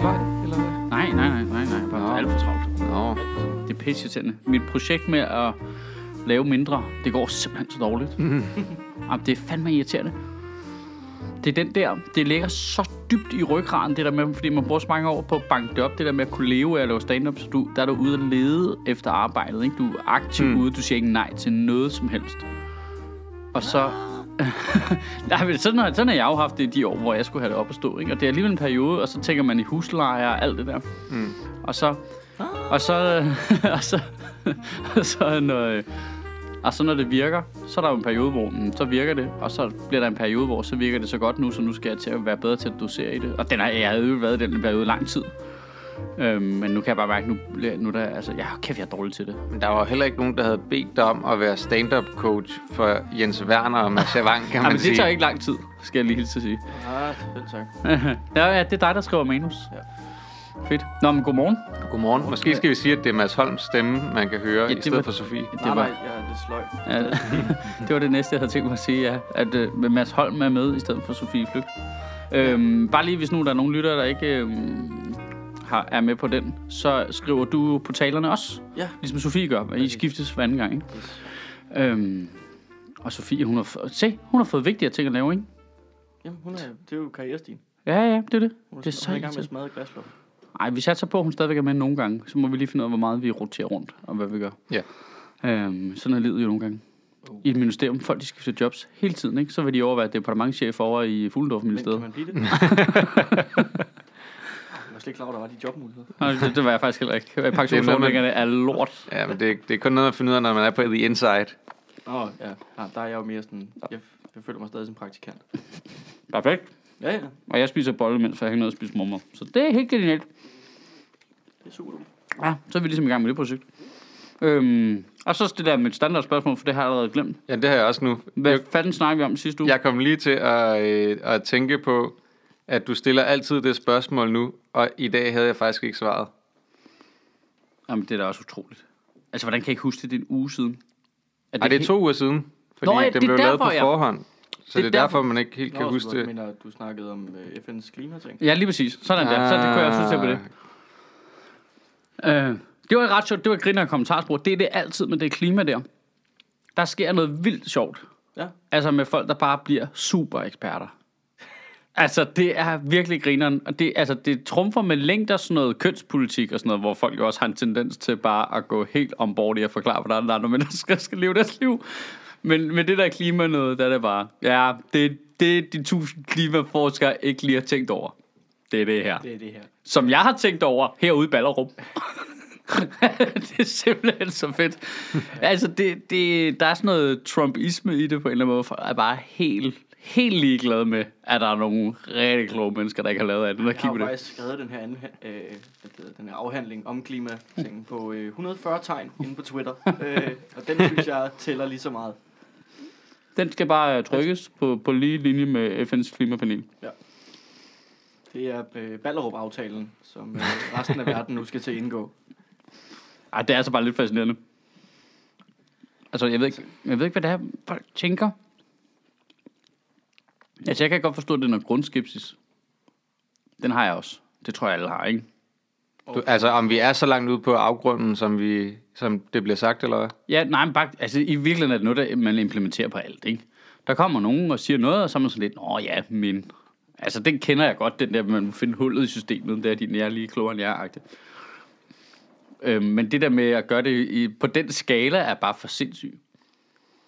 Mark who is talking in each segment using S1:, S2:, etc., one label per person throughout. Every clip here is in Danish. S1: sløj, eller hvad?
S2: Nej, nej, nej, nej, nej. Bare
S1: Nå.
S2: alt for travlt.
S1: Nå,
S2: Det er pisseirriterende. Mit projekt med at lave mindre, det går simpelthen så dårligt.
S1: Mhm.
S2: Mm. Jamen, det er fandme irriterende. Det er den der, det ligger så dybt i ryggraden, det der med, fordi man bruger så mange år på at banke det op, det der med at kunne leve af at lave stand-up, så du, der er du ude at lede efter arbejdet, ikke? Du er aktiv mm. ude, du siger ikke nej til noget som helst.
S1: Ah.
S2: Og så... Nej, men sådan, har, sådan har jeg jo haft det i de år, hvor jeg skulle have det op at stå, ikke? Og det er alligevel en periode, og så tænker man i huslejer og alt det der. Mm. Og så... Og så... og så... og så når, øh, og så når det virker, så er der jo en periode, hvor mm, så virker det, og så bliver der en periode, hvor så virker det så godt nu, så nu skal jeg til at være bedre til at dosere i det. Og den har, jeg havde jo været i den periode lang tid. Øhm, men nu kan jeg bare mærke, nu, bliver- nu er der, altså, ja, kæft, jeg er dårlig til det.
S1: men der var heller ikke nogen, der havde bedt dig om at være stand-up coach for Jens Werner og Mads Javang, kan man
S2: Jamen,
S1: sige.
S2: det tager ikke lang tid, skal jeg lige hilse at sige.
S3: Ah, selv tak.
S2: ja, ja, det er dig, der skriver manus. Ja. Fedt. Nå, men godmorgen.
S1: Godmorgen. Måske skal vi sige, at det er Mads Holms stemme, man kan høre,
S2: Ja,
S1: ja, i
S2: det
S1: stedet
S2: var-
S1: var... for Sofie.
S3: Nej, nej, jeg er lidt sløj.
S2: Ja, det var det næste, jeg havde tænkt mig at sige, ja. At øh, Mads Holm er med, i stedet for Sofie Flygt. Øhm, bare lige, hvis nu der er nogen lyttere, der ikke øhm, har, er med på den, så skriver du på talerne også.
S3: Ja.
S2: Ligesom Sofie gør, og I skiftes hver anden gang, ikke?
S3: Yes.
S2: Øhm, og Sofie, hun har, f- se, hun har fået vigtigere ting at lave, ikke?
S3: Jamen, hun er, det er jo karrierestien.
S2: Ja, ja, det er det.
S3: Hun er,
S2: Det er
S3: hun
S2: så
S3: er i gang med at
S2: irriterende.
S3: smadre glaslåget.
S2: Ej, vi satser på, at hun stadigvæk er med nogle gange. Så må vi lige finde ud af, hvor meget vi roterer rundt, og hvad vi gør.
S1: Ja.
S2: Øhm, sådan er livet jo nogle gange. I et ministerium, folk de skifter jobs hele tiden, ikke? Så vil de overvære departementchef over i Fuglendorf
S3: Men kan
S2: ministeriet.
S3: man blive det? Ah, jeg var slet ikke klar, over, der var de jobmuligheder.
S2: det, det, var jeg faktisk heller ikke. Pensionsordningerne er lort.
S1: Ja, men det, det er kun noget at finde ud af, når man er på the inside.
S3: Åh, oh, ja. ja. Der er jeg jo mere sådan... Jeg, jeg føler mig stadig som praktikant.
S2: Perfekt.
S3: Ja, ja.
S2: Og jeg spiser bolle, mens jeg har ikke noget at spise mormor. Så det er helt genialt.
S3: Det er super duper.
S2: Ja, så er vi ligesom i gang med det projekt. Øhm, og så det der med et standardspørgsmål, for det har jeg allerede glemt.
S1: Ja, det har jeg også nu.
S2: Hvad fanden snakker vi om sidste uge?
S1: Jeg kom lige til at, øh, at tænke på, at du stiller altid det spørgsmål nu, og i dag havde jeg faktisk ikke svaret.
S2: Jamen, det er da også utroligt. Altså, hvordan kan jeg ikke huske det? Det er en uge siden.
S1: Nej, det er to uger siden, fordi
S2: Nå, ja,
S1: det,
S2: det er
S1: blev lavet
S2: derfor,
S1: på
S2: ja.
S1: forhånd. Så
S2: Det
S1: det,
S2: er
S1: det er
S2: derfor.
S1: derfor, man ikke helt kan
S3: Nå, så
S1: huske
S3: du
S1: det.
S3: mener, du snakkede om øh, FN's klimating.
S2: Ja, lige præcis. Sådan der. Så det kunne jeg også synes, jeg på det. Øh, det var ret sjovt. Det var griner kommentarspor. Det er det altid med det klima der. Der sker noget vildt sjovt.
S3: Ja.
S2: Altså med folk, der bare bliver super eksperter. Altså, det er virkelig grineren. Og det, altså, det trumfer med længder sådan noget kønspolitik og sådan noget, hvor folk jo også har en tendens til bare at gå helt ombord i at forklare, hvordan der er andre mennesker skal leve deres liv. Men med det der klima noget, der er det bare, ja, det, det de tusind klimaforskere ikke lige har tænkt over. Det er det her
S3: Det er det her.
S2: som jeg har tænkt over herude i Ballerum. det er simpelthen så fedt. Altså, det, det, der er sådan noget Trumpisme i det på en eller anden måde. Folk er bare helt, helt ligeglade med, at der er nogle rigtig kloge mennesker, der ikke har lavet andet. Og
S3: Jeg har
S2: kigge
S3: jo
S2: på det.
S3: faktisk skrevet den her, anden, øh, hvad hedder den her afhandling om klimatingen på øh, 140 tegn inde på Twitter. øh, og den synes jeg tæller lige så meget.
S2: Den skal bare øh, trykkes på, på lige linje med FN's klimapanel.
S3: Det er øh, Ballerup-aftalen, som øh, resten af verden nu skal til at indgå.
S2: Ej, det er altså bare lidt fascinerende. Altså, jeg ved ikke, jeg ved ikke hvad det er, folk tænker. Altså, jeg kan godt forstå, at det er noget grundskepsis. Den har jeg også. Det tror jeg, alle har, ikke?
S1: Du, altså, om vi er så langt ude på afgrunden, som, vi, som det bliver sagt, eller hvad?
S2: Ja, nej, men bare, altså, i virkeligheden er det noget, der man implementerer på alt, ikke? Der kommer nogen og siger noget, og så er man sådan lidt, åh ja, men... Altså, den kender jeg godt, den der, man må finde hullet i systemet, der er din, jeg er lige klogere end jeg er øhm, Men det der med at gøre det i, på den skala, er bare for sindssygt.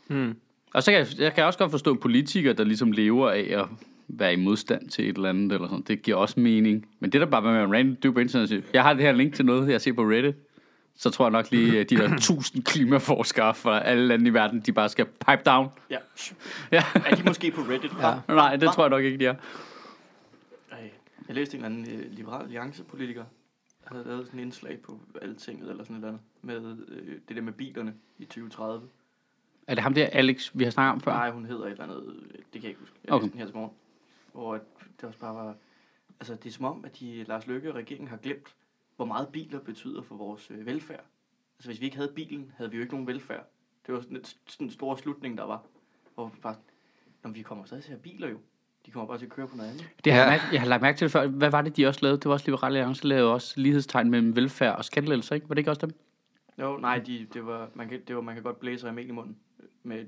S1: Hmm.
S2: Og så kan jeg, jeg kan også godt forstå politikere, der ligesom lever af at være i modstand til et eller andet, eller sådan. det giver også mening. Men det der bare med at random dybe på internet og sige, jeg har det her link til noget, jeg ser på Reddit, så tror jeg nok lige, at de der tusind klimaforskere fra alle lande i verden, de bare skal pipe down.
S3: Ja.
S2: Ja.
S3: Er de måske på Reddit? Ja.
S2: Nej, det tror jeg nok ikke, de er.
S3: Ej, jeg læste en eller anden øh, liberal alliancepolitiker, der havde lavet sådan en indslag på altinget eller sådan et eller andet, med øh, det der med bilerne i 2030.
S2: Er det ham der, Alex, vi har snakket om før?
S3: Nej, hun hedder et eller andet, øh, det kan jeg ikke huske. Jeg
S2: Okay.
S3: okay. læste den her til morgen, hvor at det også bare var, altså det er som om, at de, Lars Løkke og regeringen har glemt, hvor meget biler betyder for vores øh, velfærd. Altså hvis vi ikke havde bilen, havde vi jo ikke nogen velfærd. Det var sådan, et, sådan en stor slutning, der var. Hvor vi bare, når vi kommer stadig til at have biler jo. De kommer bare til at køre på noget andet.
S2: Det har
S1: Ja.
S2: jeg, mærke, jeg har lagt mærke til det før. Hvad var det, de også lavede? Det var også Liberale Alliance, lavede også lighedstegn mellem velfærd og skattelettelser, ikke? Var det ikke også dem?
S3: Jo, nej, de, det, var, man kan, det var, man kan godt blæse og mel i munden med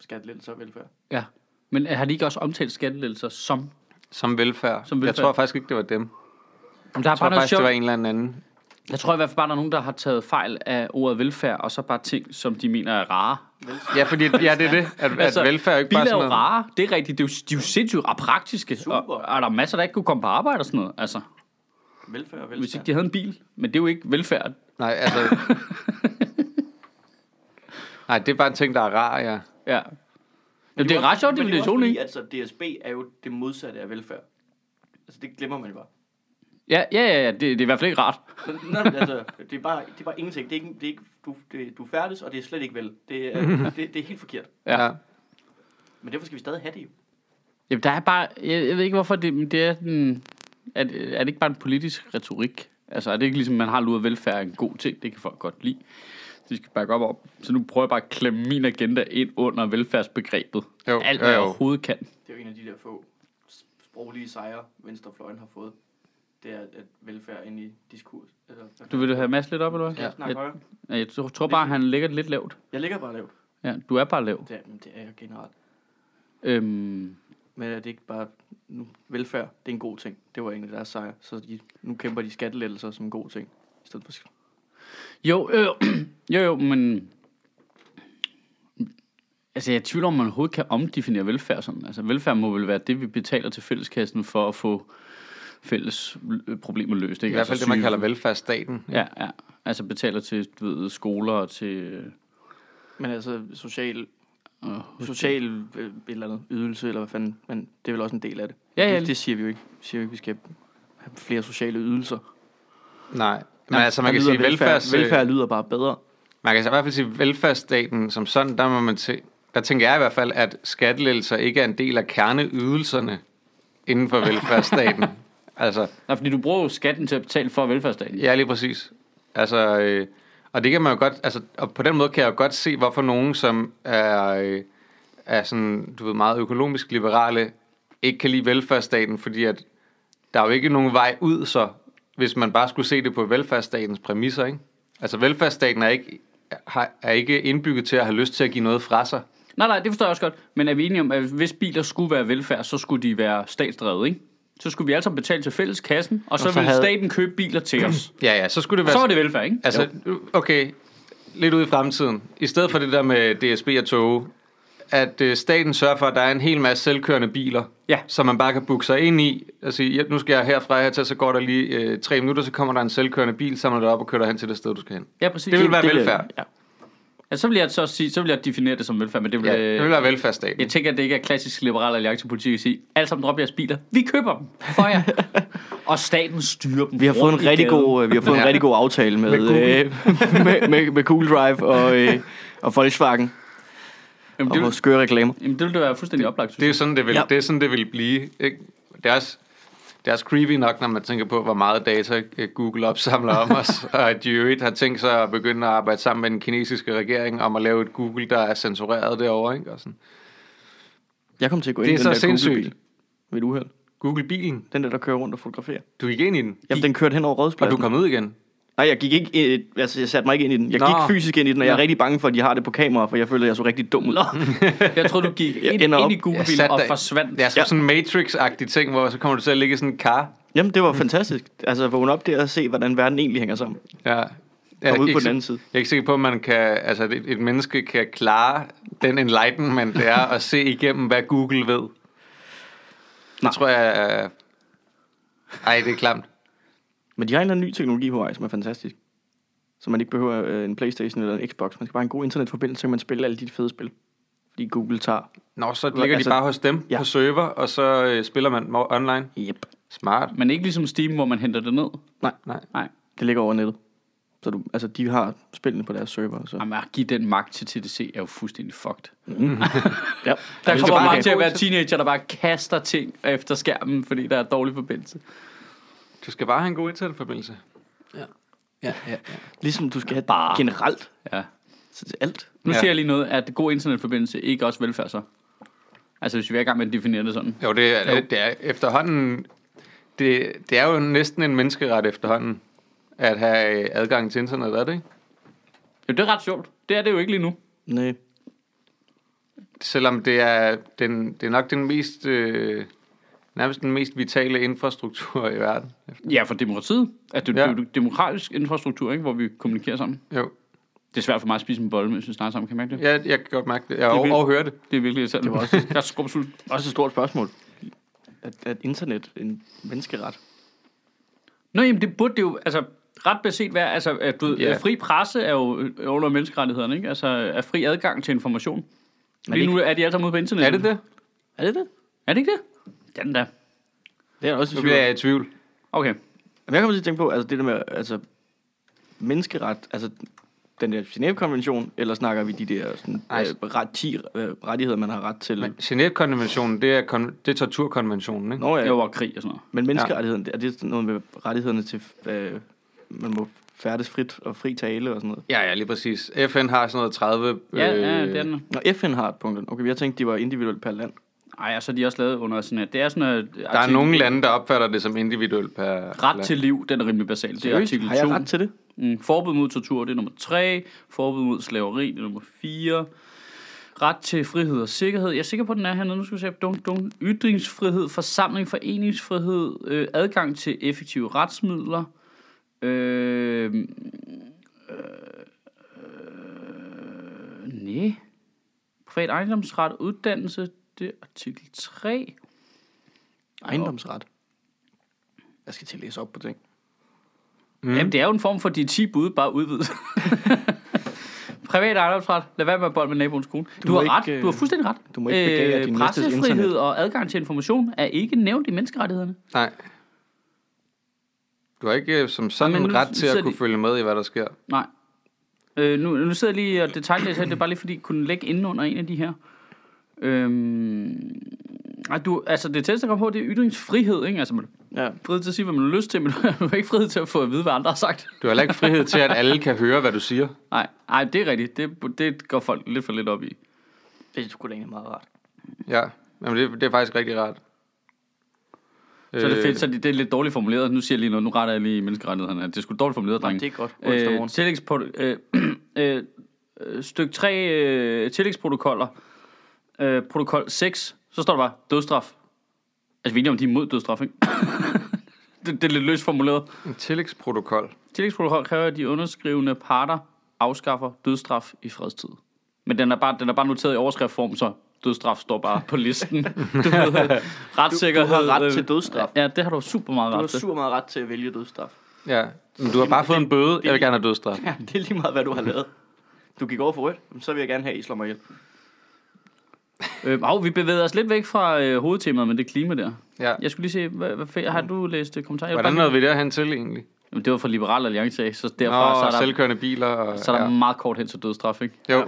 S3: skattelettelser og velfærd.
S2: Ja. Men øh, har de ikke også omtalt skattelettelser som?
S1: Som velfærd.
S2: Som velfærd.
S1: Jeg tror faktisk ikke, det var dem. Jeg
S2: Jamen, der er
S1: tror
S2: bare noget
S1: faktisk, det
S2: sjovt.
S1: var en eller anden.
S2: Jeg tror i hvert fald bare, der er nogen, der har taget fejl af ordet velfærd, og så bare ting, som de mener er rare.
S1: Ja, fordi ja, det er det. At, at altså, velfærd er jo ikke
S2: biler
S1: bare
S2: er
S1: sådan
S2: jo
S1: noget.
S2: rare, det er rigtigt. Det er jo, de er jo sindssygt og praktiske.
S3: Super.
S2: Og, og, der er masser, der ikke kunne komme på arbejde og sådan noget. Altså,
S3: Velfærd og
S2: hvis ikke
S3: velstand.
S2: de havde en bil. Men det er jo ikke velfærd.
S1: Nej, altså... Nej, det er bare en ting, der er rar, ja.
S2: Ja. Jamen, det er ret sjovt,
S3: Men
S2: det
S3: det er jo også
S2: definition,
S3: fordi,
S2: ikke?
S3: altså, DSB er jo det modsatte af velfærd. Altså, det glemmer man jo bare.
S2: Ja, ja, ja, ja det, det, er i hvert fald ikke rart.
S3: Nå, men altså, det er bare, det er bare ingenting. Det er ikke, det er ikke, du, det, du er færdes, og det er slet ikke vel. Det er, det, det er helt forkert.
S2: Ja.
S1: ja.
S3: Men derfor skal vi stadig have det jo.
S2: Jamen, der er bare... Jeg, jeg ved ikke, hvorfor det, men det er den... Er, det- er det ikke bare en politisk retorik? Altså, er det ikke ligesom, man har luret velfærd er en god ting? Det kan folk godt lide. De skal bakke op om. Så nu prøver jeg bare at klemme min agenda ind under velfærdsbegrebet.
S1: Jo,
S2: Alt, hvad jeg
S1: jo, jo.
S2: overhovedet kan.
S3: Det er jo en af de der få s- sproglige sejre, venstrefløjen har fået. Det er, at velfærd er inde i diskurs. altså, Eller,
S2: Du vil have Mads lidt op, eller hvad?
S3: Skal jeg snakke
S2: Jeg,
S3: højere?
S2: jeg tror- tror bare, han ligger lidt lavt.
S3: Jeg ligger bare lavt.
S2: Ja, du er bare lav.
S3: Det er, men det er jeg generelt.
S2: Øhm,
S3: Men er det ikke bare nu, velfærd? Det er en god ting. Det var egentlig deres sejr. Så de, nu kæmper de skattelettelser som en god ting. I stedet for sk-
S2: jo, øh, jo, jo, men... Altså, jeg tvivler, om man overhovedet kan omdefinere velfærd sådan. Altså, velfærd må vel være det, vi betaler til fælleskassen for at få fælles øh, problemer løst. Ikke?
S1: I hvert fald
S2: altså,
S1: det, man
S2: syge-
S1: kalder velfærdsstaten.
S2: Ja, ja. Altså, betaler til du ved, skoler og til... øh,
S3: Men altså social,
S2: Og,
S3: social øh, et eller andet ydelse, eller hvad fanden. Men det er vel også en del af det.
S2: Ja, ja.
S3: Det, det siger vi jo ikke. Vi siger jo ikke, vi skal have flere sociale ydelser.
S1: Nej. Men altså, man
S3: Der
S1: kan
S3: lyder
S1: sige, velfærds,
S3: velfærd, velfærd lyder bare bedre.
S1: Man kan så i hvert fald sige, velfærdsstaten som sådan, der må man se, der tænker jeg i hvert fald, at skattelettelser ikke er en del af kerneydelserne inden for velfærdsstaten. altså,
S2: Nej, fordi du bruger jo skatten til at betale for velfærdsstaten.
S1: ja, lige præcis. Altså, øh, og det kan man jo godt, altså, og på den måde kan jeg jo godt se, hvorfor nogen, som er, øh, er sådan, du ved, meget økonomisk liberale, ikke kan lide velfærdsstaten, fordi at der er jo ikke nogen vej ud, så hvis man bare skulle se det på velfærdsstatens præmisser, ikke? Altså velfærdsstaten er ikke, har, er ikke indbygget til at have lyst til at give noget fra sig.
S2: Nej, nej, det forstår jeg også godt. Men er vi enige om, at hvis biler skulle være velfærd, så skulle de være statsdrevet, ikke? Så skulle vi alle sammen betale til fælleskassen, og så,
S1: Og så
S2: ville
S1: havde-
S2: staten købe biler til os.
S1: Ja, ja, så skulle det
S2: Og
S1: være...
S2: så var det velfærd, ikke?
S1: Altså, okay, lidt ude i fremtiden. I stedet for det der med DSB og tog, at øh, staten sørger for, at der er en hel masse selvkørende biler,
S2: Ja.
S1: som man bare kan booke sig ind i og sige, ja, nu skal jeg herfra her til, så går der lige øh, tre minutter, så kommer der en selvkørende bil, samler dig op og kører dig hen til det sted, du skal hen.
S2: ja, præcis.
S1: det ville være
S2: vil-
S1: velfærd.
S2: Ja. ja. så vil jeg så også sige, så vil jeg definere det som velfærd, men det vil,
S1: Ja,
S2: ja,
S1: Øh, det vil være velfærdsstaten.
S2: jeg tænker, at det ikke er klassisk liberal alliancepolitik at sige, alle sammen drop jeres biler, vi køber dem for jer. og staten styrer dem.
S3: Vi har fået
S2: rundt
S3: en
S2: i
S3: rigtig
S2: gaden.
S3: god, øh, vi har fået en
S1: Ja.
S3: rigtig god aftale med
S2: Med Google.
S3: øh, med, med, med Cool Drive og øh, og Volkswagen
S2: Jamen,
S3: og
S2: det,
S3: vores
S2: vil,
S3: skøre reklamer.
S2: jamen, det ville være fuldstændig oplagt, synes
S1: Det er
S2: jeg.
S1: jo sådan, det vil,
S3: Ja.
S1: ja. det er sådan, det vil blive. Ikke? Det er også, det er også creepy nok, når man tænker på, hvor meget data øh, Google opsamler om os, og at de i øvrigt har tænkt sig at begynde at arbejde sammen med den kinesiske regering om at lave et Google, der er censureret derovre. Ikke? Og sådan.
S3: Jeg kom til at gå ind
S1: Det
S3: i
S1: er
S3: den
S1: så
S3: der
S1: sindssygt.
S3: Google-bil ved et uheld.
S1: Google-bilen,
S3: Den der, der kører rundt og fotograferer.
S1: du gik ind i den,
S3: Jamen, den kørte hen over
S1: og du
S3: Rådspladsen.
S1: kom ud igen.
S3: Nej, jeg gik ikke, øh, altså jeg satte mig ikke ind i den. Jeg
S1: Nå.
S3: gik fysisk ind i den, og jeg er
S2: Nå.
S3: rigtig bange for, at de har det på kamera, for jeg føler, at jeg så rigtig dum ud.
S2: Jeg tror, du gik ind,
S3: ender
S2: ind i
S3: op-
S1: Jeg
S2: Google-bilen
S1: satte
S2: og
S1: dig-
S2: forsvandt.
S1: Det er som
S3: Ja.
S1: sådan en Matrix-agtig ting, hvor så kommer du til at ligge i sådan en kar.
S3: Jamen, det var fantastisk. Altså, at vågne op der og se, hvordan verden egentlig hænger sammen.
S1: Ja. Jeg,
S3: Kom ud
S1: er
S3: på
S1: ikke
S3: den
S1: si-
S3: anden side.
S1: jeg er ikke sikker på, at man kan, altså, at et, et menneske kan klare den enlightenment, det er at se igennem, hvad Google ved.
S3: Nej.
S1: Det tror jeg... Øh... Ej, det er klamt.
S3: Men de har en eller anden ny teknologi på vej, som er fantastisk. Så man ikke behøver øh, en Playstation eller en Xbox. Man skal bare have en god internetforbindelse, så kan man spille alle de fede spil. Fordi Google tager...
S1: Nå, så ligger
S3: altså-
S1: de bare hos dem
S3: Ja.
S1: ja. på server, og så øh, spiller man mo- online.
S3: Yep.
S1: Smart.
S2: Men ikke ligesom Steam, hvor man henter det ned.
S1: Nej.
S2: Nej.
S3: Det ligger over nettet. Så du, altså, de har spillene på deres server. Så.
S2: Jamen, at give den magt til TDC er jo fuldstændig fucked.
S3: Ja.
S2: Der
S1: skal
S2: kommer
S1: bare
S2: bare
S1: have-
S2: til at være teenager, der bare kaster ting efter skærmen, fordi der er dårlig forbindelse.
S1: Du skal bare have en god internetforbindelse. Ja. Ja, ja.
S3: Ligesom du skal have bare. generelt.
S2: Ja.
S3: Så til alt.
S2: Nu ja.
S1: Ja.
S2: siger jeg lige noget, at god internetforbindelse ikke også velfærd så. Altså, hvis vi er i gang med at definere det sådan.
S1: Jo, det er,
S2: Jo.
S1: det er efterhånden... Det, det er jo næsten en menneskeret efterhånden, at have øh, adgang til internettet, er det ikke?
S2: Jo, det er ret sjovt. Det er det jo ikke lige nu.
S3: Nej.
S1: Selvom det er, den, det er nok den mest... Øh, nærmest den mest vitale infrastruktur i verden.
S2: Ja, for demokratiet. At det, ja.
S1: Ja.
S2: det er jo demokratisk infrastruktur, ikke, hvor vi kommunikerer sammen.
S1: Jo,
S2: Det er svært for mig at spise en bolle, mens vi snakker sammen. Kan I mærke det?
S1: jeg, jeg kan godt mærke det. Jeg
S3: er
S1: over,
S3: vildt.
S1: overhører det.
S2: Det er virkelig irriterende.
S3: Det var også-
S2: Jeg er skrubsult.
S3: Også et stort spørgsmål. At, at internet en menneskeret?
S2: Nå, jamen, det burde det jo... Altså, ret beset være, altså, at du,
S1: Ja.
S2: yeah. fri presse er jo øh, under menneskerettighederne, ikke? Altså, er fri adgang til information. Lige
S3: ikke-
S2: nu er de alle sammen ude på internettet.
S1: Er det det?
S3: Er det det?
S2: Er det ikke det? Det er den der.
S3: Det er jeg også i
S1: Nu
S3: tvivl.
S1: bliver
S3: om.
S1: jeg i tvivl.
S2: Okay.
S3: Men jeg kommer til at tænke på, altså det der med, altså menneskeret, altså den der Genève-konvention, eller snakker vi de der sådan,
S1: Ej.
S3: øh, ret, 10 øh, rettigheder, man har ret til?
S1: Men Genève-konventionen, det er, kon- det er torturkonventionen, ikke?
S3: Nå,
S2: Ja.
S3: ja.
S2: Jo, og krig og sådan noget.
S3: Men menneskerettigheden, er det sådan noget med rettighederne til, øh, man må færdes frit og fri tale og sådan noget?
S1: Ja, ja, lige præcis. FN har sådan noget øh, 30...
S2: Ja, ja, det er den.
S3: Nå, FN har et punkt. Okay, jeg tænkte, de var individuelt per land.
S2: Ej, og så er de også lavet under sådan, at det er sådan, at
S1: Der er nogle lande, der opfatter det som individuelt per...
S2: Ret
S1: land.
S2: til liv, den er rimelig basal. Det er
S3: Seriøst?
S2: artikel
S3: Har jeg
S2: 2.
S3: ret til det?
S2: Mm, forbud mod tortur, det er nummer 3. Forbud mod slaveri, det er nummer 4. Ret til frihed og sikkerhed. Jeg er sikker på, at den er hernede. Nu skal vi se. Dun, dun. Ytringsfrihed, forsamling, foreningsfrihed, øh, adgang til effektive retsmidler. Øh, øh, øh, nej. Privat ejendomsret, uddannelse, det er artikel 3.
S3: Ejendomsret. Jeg skal til at læse op på ting.
S2: Mm. Jamen, det er jo en form for de 10 bud, bare udvidet. Privat ejendomsret. Lad være med at bold med naboens kone. Du, du
S3: må
S2: har ret.
S3: ikke, øh,
S2: Du har fuldstændig ret. Øh,
S3: du må ikke begære din næstes
S2: Pressefrihed
S3: internet.
S2: og adgang til information er ikke nævnt i menneskerettighederne.
S1: Nej. Du har ikke øh, som
S2: Men
S1: sådan
S2: nu
S1: en ret til
S2: sidder
S1: at kunne
S2: de-
S1: følge med i, hvad der sker.
S2: Nej. Øh, nu, nu sidder jeg lige og detaljlæser. her. Det er bare lige fordi, jeg kunne lægge inde under en af de her. Øhm, ej, du, altså det tætteste, der kommer på, det er ytringsfrihed, ikke? Altså, man er
S3: Ja.
S2: frihed til at sige, hvad man har lyst til, men du er ikke frihed til at få at vide, hvad andre har sagt.
S1: Du har heller ikke frihed til, at alle kan høre, hvad du siger.
S2: Nej, nej, det er rigtigt. Det, det går folk lidt for lidt op i.
S3: Det er sgu da egentlig meget rart.
S1: Ja, Jamen, det, det er faktisk rigtig rart. Øh,
S2: Så er det
S3: Øh,
S2: fedt, så det, det er lidt dårligt formuleret. Nu siger jeg lige noget, nu retter jeg lige menneskerettighederne. Det er sgu dårligt formuleret,
S3: Nej,
S2: drenge.
S3: det er godt. Onsdag morgen.
S2: Øh, tillægspro- øh, øh, øh, stykke 3 øh, tillægsprotokoller. Øh, protokol 6, så står der bare dødstraf. Altså, vi er enige om, de er imod dødstraf, ikke? det, det er lidt løst formuleret.
S1: En tillægsprotokol.
S2: Tillægsprotokol kræver, at de underskrivende parter afskaffer dødstraf i fredstid. Men den er bare, den er bare noteret i overskriftform, så dødstraf står bare på listen. du, ved, øh, retssikkerhed,
S3: Du- du har ret
S2: øh,
S3: til dødsstraf.
S2: Ja, det har du super meget
S3: Du har
S2: ret til.
S3: super meget ret til at vælge dødsstraf.
S1: Ja, men du har bare fået en bøde. Jeg vil gerne have dødsstraf.
S3: Ja, det er lige meget, hvad du har lavet. Du gik over for rødt, jamen, så vil jeg gerne have, at I slår mig ihjel.
S2: Øh, og vi bevæger os lidt væk fra øh, hovedtemaet med det klima der.
S1: Ja.
S2: Jeg skulle lige se, hvad, hvad fe- har du læst øh, kommentarer? Jeg vil
S1: Hvordan
S2: bare
S1: nåede vi derhen til egentlig?
S2: lige- Jamen, det var fra Liberal Alliance, af, så
S1: Nå,
S2: derfra så er der,
S1: selvkørende biler. Og,
S2: så er der meget kort hen til dødstraf, ikke?
S1: ja. Jo,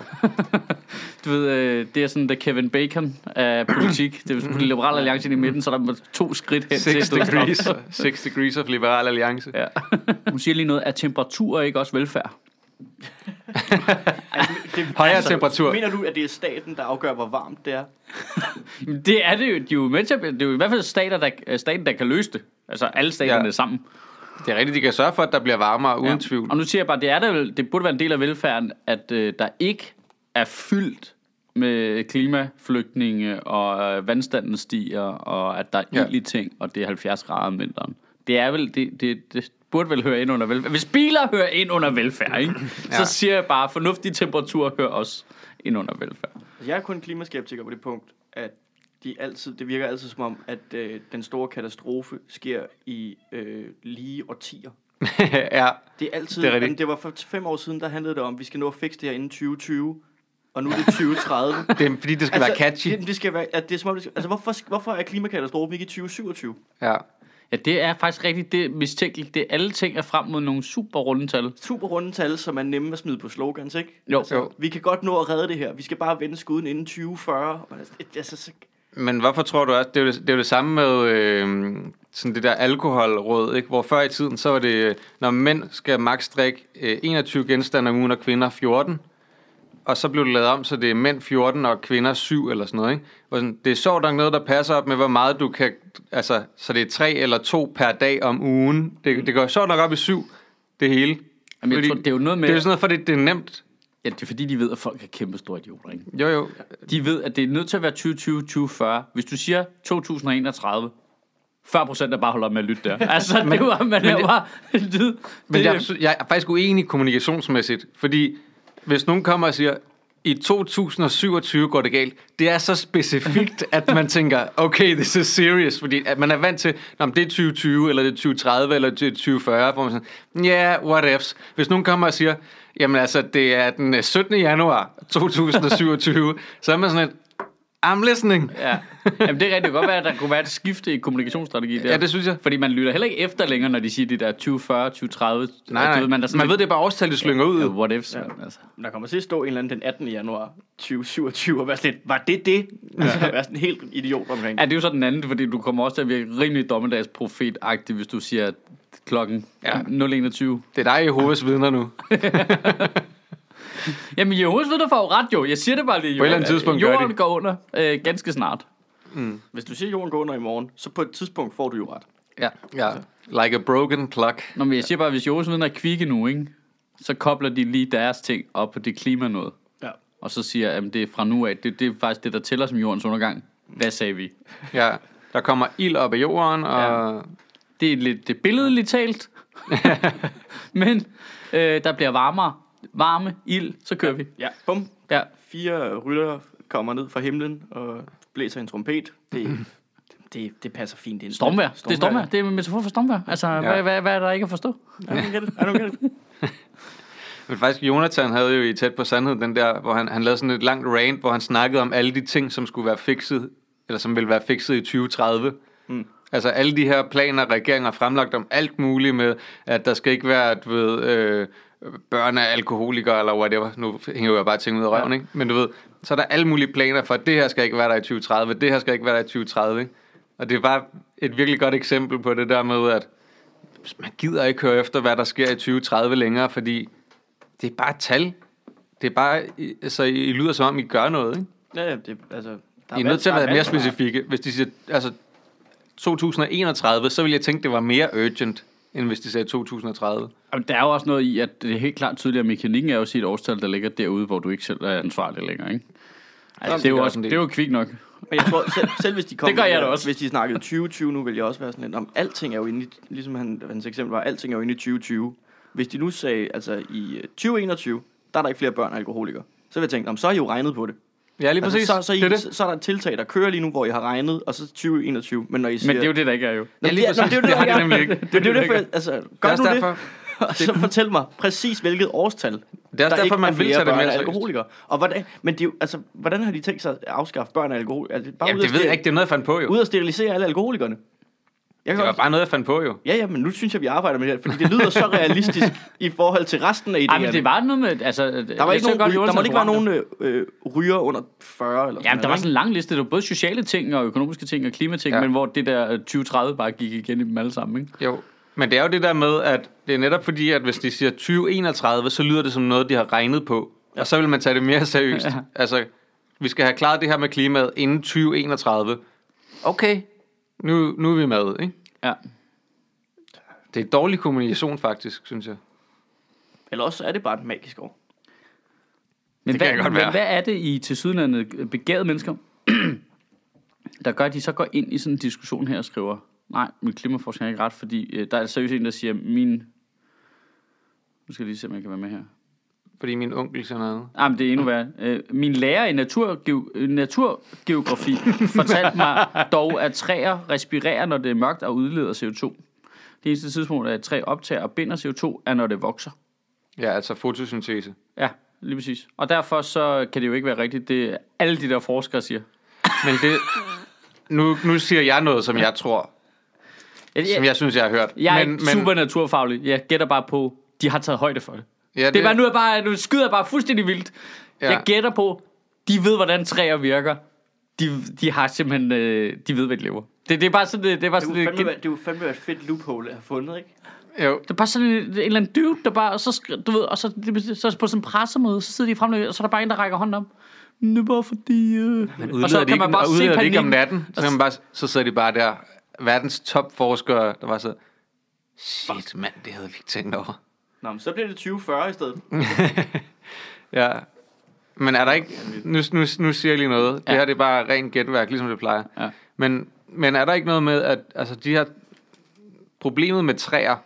S2: Du ved, øh, det er sådan, der Kevin Bacon af politik. Det er på Liberal Alliance i midten, så er der to skridt hen til
S1: 6
S2: dødstraf.
S1: degrees, 6 degrees of Liberal Alliance.
S2: Ja. Hun siger lige noget, er temperatur ikke også velfærd?
S3: Ej, Altså, det,
S1: Højere temperatur.
S3: Mener du, at det er staten, der afgør, hvor varmt det er?
S2: Jamen, Det er det jo. De er jo, med til, at- det er jo i hvert fald stater, der, øh, staten, der kan løse det. Altså alle staterne
S1: Ja.
S2: sammen.
S1: Det er rigtigt, de kan sørge for, at der bliver varmere, uden tvivl.
S2: Og nu siger jeg bare, det, er der, vel- det burde være en del af velfærden, at øh, der ikke er fyldt med klimaflygtninge, og øh, vandstanden stiger, og at der er
S1: Ja.
S2: ild i ting, og det er 70 grader om vinteren. Det er vel, det, det, det burde vel høre ind under velfærd. Hvis biler hører ind under velfærd, ikke? så
S1: Ja.
S2: siger jeg bare, fornuftig temperatur hører også ind under velfærd.
S3: Altså, jeg er kun klimaskeptiker på det punkt, at de altid, det virker altid som om, at øh, den store katastrofe sker i øh, lige årtier.
S1: ja.
S3: Det
S1: Det er
S3: er altid, det, er
S1: rigtigt.
S3: jamen, det var for fem år siden, der handlede det om, at vi skal nå at fikse det her inden 2020, og nu er det 2030. det
S1: Det er, fordi det
S2: Altså,
S1: skal være catchy.
S3: Det, det skal være, at det er som om, det skal, altså, hvorfor, hvorfor er klimakatastrofen ikke i 2027?
S1: Ja.
S2: Ja, det er faktisk rigtigt det er mistænkeligt. Det er alle ting er frem mod nogle super runde tal.
S3: Super runde tal, som er nemme at smide på slogans, ikke? Altså,
S2: Jo.
S1: Jo.
S3: Vi kan godt nå at redde det her. Vi skal bare vende skuden inden 2040. Og altså, det- Altså, så,
S1: Men hvorfor tror du også, det er jo det, det, er jo det samme med øh, sådan det der alkoholråd, ikke? hvor før i tiden, så var det, øh, når mænd skal maks drikke øh, 21 genstande om ugen, og kvinder 14. og så blev det lavet om, så det er mænd 14 og kvinder 7 eller sådan noget. Ikke? Og sådan, det er sjovt nok noget, der passer op med, hvor meget du kan... Altså, så det er tre eller to per dag om ugen. Det, det går sjovt nok op i syv, det hele.
S2: Jamen, jeg tror, det er jo noget med-
S1: Det er jo sådan noget, fordi det er nemt.
S2: Ja, det er fordi, de ved, at folk er kæmpe store idioter, ikke?
S1: Jo, jo.
S2: De ved, at det er nødt til at være 2020, 2040. Hvis du siger 2031, 40 procent er bare holder op med at lytte der. Altså, det var, man er bare lyd.
S1: Men
S2: det,
S1: jeg, jeg er faktisk uenig kommunikationsmæssigt, fordi hvis nogen kommer og siger, i 2027 går det galt, det er så specifikt, at man tænker, okay, this is serious, fordi at man er vant til, Nå, men det er 2020, eller det er 2030, eller det er 2040, hvor man sådan, ja, yeah, what ifs. Hvis nogen kommer og siger, jamen altså, det er den øh, 17. januar 2027, så er man sådan lidt, I'm listening.
S2: Ja. Jamen, det er rigtig godt være, at der kunne være et skifte i kommunikationsstrategi der.
S1: Ja, det synes jeg.
S2: Fordi man lytter heller ikke efter længere, når de siger det der 2040, 2030.
S1: Nej, nej,
S2: man, er sådan
S1: man ved,
S2: lidt-
S1: det er bare årstal, det slynger ud.
S2: Ja, what ifs, ja. man, altså.
S3: Men der kommer til at stå en eller anden den 18. januar 2027 og være sådan lidt, var det det? Altså, være sådan helt idiot omkring.
S2: Ja, det er jo så den anden, fordi du kommer også til at virke rimelig dommedagsprofetagtig, hvis du siger at klokken
S1: Ja.
S2: ja. 021.
S1: Det er dig i hovedets vidner nu.
S2: Jamen, Jehovas vidner får jo ret jo. Jeg siger det bare lige. jo.
S1: På et eller andet tidspunkt gør
S2: Jorden
S1: de.
S2: går under øh, ganske snart.
S3: Hvis du siger, at jorden går under i morgen, så på et tidspunkt får du jo ret.
S2: Ja.
S1: Ja. Like a broken clock.
S2: Nå, men jeg siger bare, hvis Jehovas vidner er kvikke nu, ikke? så kobler de lige deres ting op på det klima noget.
S3: Ja.
S2: Og så siger jeg, at det er fra nu af, det, det er faktisk det, der tæller som jordens undergang. Hvad sagde vi?
S1: Ja, der kommer ild op af jorden, og... Ja.
S2: Det er lidt det er billedligt talt. Men øh, der bliver varmere. Varme, ild, så kører vi.
S3: Ja, bum.
S2: Ja.
S3: Fire rytter kommer ned fra himlen og blæser en trompet. Det, det, det passer fint ind.
S2: Stormvær. Det er stormvær. Det er en metafor for stormvær. Altså, ja. hvad, hvad, hvad er der ikke at forstå?
S3: I don't get it. I don't get it.
S1: Men faktisk, Jonathan havde jo i Tæt på Sandheden den der, hvor han, han lavede sådan et langt rant, hvor han snakkede om alle de ting, som skulle være fikset, eller som ville være fikset i 2030. Mm. Altså alle de her planer, regeringen har fremlagt om alt muligt med, at der skal ikke være, du ved, øh, børn af alkoholikere eller whatever. Nu hænger jeg bare ting ud af røven, ja. ikke? Men du ved, så er der alle mulige planer for, at det her skal ikke være der i 2030, det her skal ikke være der i 2030, ikke? Og det er bare et virkelig godt eksempel på det der med, at man gider ikke høre efter, hvad der sker i 2030 længere, fordi det er bare et tal. Det er bare, I- altså, I lyder som om, I gør noget, ikke?
S3: Ja, ja, det, altså, der
S1: I er nødt til at
S3: valg-
S1: være mere
S3: der er valg-
S1: specifikke. Hvis de siger, altså, 2031, så ville jeg tænke, det var mere urgent, end hvis de sagde 2030.
S2: Jamen, der er jo også noget i, at det er helt klart tydeligt, at mekanikken er jo sit årstal, der ligger derude, hvor du ikke selv er ansvarlig længere, ikke? Altså,
S1: Jamen,
S2: det, er
S1: det
S2: jo
S1: gør
S2: også,
S1: sådan
S2: det
S1: lidt.
S2: er jo kvik nok.
S3: Men jeg tror, selv, selv hvis de kom,
S2: Det gør jeg da også.
S3: Hvis de snakkede 2020 nu, ville jeg også være sådan lidt, om alting er jo inde i, ligesom han, hans eksempel var, alting er jo inde i 2020. Hvis de nu sagde, altså i øh, 2021, der er der ikke flere børn og alkoholikere. Så vil jeg tænke, om så har I jo regnet på det.
S1: Ja, lige
S3: Altså,
S1: præcis.
S3: så, så, I,
S1: det er det.
S3: så, så er der et tiltag, der kører lige nu, hvor I har regnet, og så 2021. Men når I siger...
S2: Men det er jo det, der ikke er jo.
S1: Ja, lige
S3: Nå,
S1: præcis.
S3: det er jo det,
S1: Det har
S3: der
S1: de
S3: er.
S1: nemlig ikke.
S3: Men det er jo derfor, jeg- altså, gør
S1: også
S3: nu det,
S1: derfor-
S3: og så fortæl mig præcis, hvilket årstal,
S1: Det er også
S3: der
S1: derfor,
S3: ikke
S1: man vil
S3: er flere
S1: tage det
S3: børn
S1: mere
S3: af
S1: seriøst.
S3: alkoholikere. Og hvordan, men det er jo, altså, hvordan har de tænkt sig at afskaffe børn af alkohol? Er det bare
S1: Jamen,
S3: ud at
S1: det ved jeg
S3: steril-
S1: ikke. Det er noget, jeg fandt på, jo.
S3: ud at sterilisere alle alkoholikerne? Jeg
S1: Det
S3: kan
S1: var
S3: godt,
S1: bare noget, jeg fandt på, jo.
S3: Ja, ja, men nu synes jeg, vi arbejder med det her, fordi det lyder så realistisk i forhold til resten af idéerne.
S2: Ej, men det var noget med... Altså,
S3: der, var ikke nogen, ryger- der må ikke være nogen øh, øh, ryger under 40 eller sådan
S2: Ja, der var
S3: noget,
S2: sådan en lang liste, der var både sociale ting og økonomiske ting og klimating,
S1: Ja.
S2: ja. men hvor det der øh, 2030 bare gik igen i dem alle sammen, ikke?
S1: Jo, men det er jo det der med, at det er netop fordi, at hvis de siger 2031, så lyder det som noget, de har regnet på. Og så vil man tage det mere seriøst.
S2: Ja.
S1: Altså, vi skal have klaret det her med klimaet inden 2031. Okay, nu, nu er vi med, ikke?
S2: Ja.
S1: Det er dårlig kommunikation, faktisk, synes jeg.
S3: ikke? Eller også er det bare et magisk år.
S2: Men
S1: Det
S2: hvad,
S1: kan godt
S2: men
S1: være.
S2: hvad er det i til sydlandet begavede mennesker, der gør, at de så går ind i sådan en diskussion her og skriver, nej, min klimaforskning er ikke ret, fordi øh, der er seriøst en, der siger, min... Nu skal jeg lige se, om jeg kan være med her.
S1: Fordi min onkel sådan noget.
S2: Ah, men det er endnu værre. Øh, min lærer i naturgeo- øh, naturgeografi fortalte mig dog, at træer respirerer, når det er mørkt og udleder CO2. Det eneste tidspunkt, at et træ optager og binder CO2, er, når det vokser.
S1: Ja, altså fotosyntese.
S2: Ja, lige præcis. Og derfor så kan det jo ikke være rigtigt, det alle de der forskere siger.
S1: Men det... Nu, nu siger jeg noget, som jeg tror,
S2: Jeg,
S1: som
S2: jeg,
S1: jeg synes, jeg har hørt.
S2: jeg er
S1: men,
S2: ikke super naturfaglig. Jeg gætter bare på, de har taget højde for det.
S1: Ja, det,
S2: Det er bare, nu, er jeg bare, nu skyder jeg bare fuldstændig vildt.
S1: Ja.
S2: Ja. Jeg gætter på, de ved, hvordan træer virker. De, de har simpelthen, øh, de ved, hvad de lever. Det, det er bare sådan, det, det er bare
S3: Det
S2: sådan,
S3: kunne
S2: det,
S3: fandme,
S2: det,
S3: være, det kunne fandme være et fedt loophole at have fundet, ikke?
S1: Jo.
S2: Det er bare sådan en, en eller anden dude, der bare, og så, sk- du ved, og så, så på sådan en pressemøde, så sidder de i fremløbet, og så er der bare en, der rækker hånden om. Men det er bare fordi... Øh. Og så
S1: Udleder de
S2: kan
S1: ikke,
S2: man bare
S1: og
S2: se
S1: udleder de ikke om
S2: panikken.
S1: natten, så, kan man bare, så sidder de bare der, verdens topforskere, der var så, shit mand, det havde vi ikke tænkt over.
S3: Nå, men så bliver det 2040 i stedet.
S1: Ja. Men er der ikke, nu, nu, nu siger jeg lige noget, ja.
S2: Ja.
S1: det her det er bare rent gætværk, ligesom det plejer.
S2: Ja.
S1: Men, men er der ikke noget med, at altså, de her problemet med træer,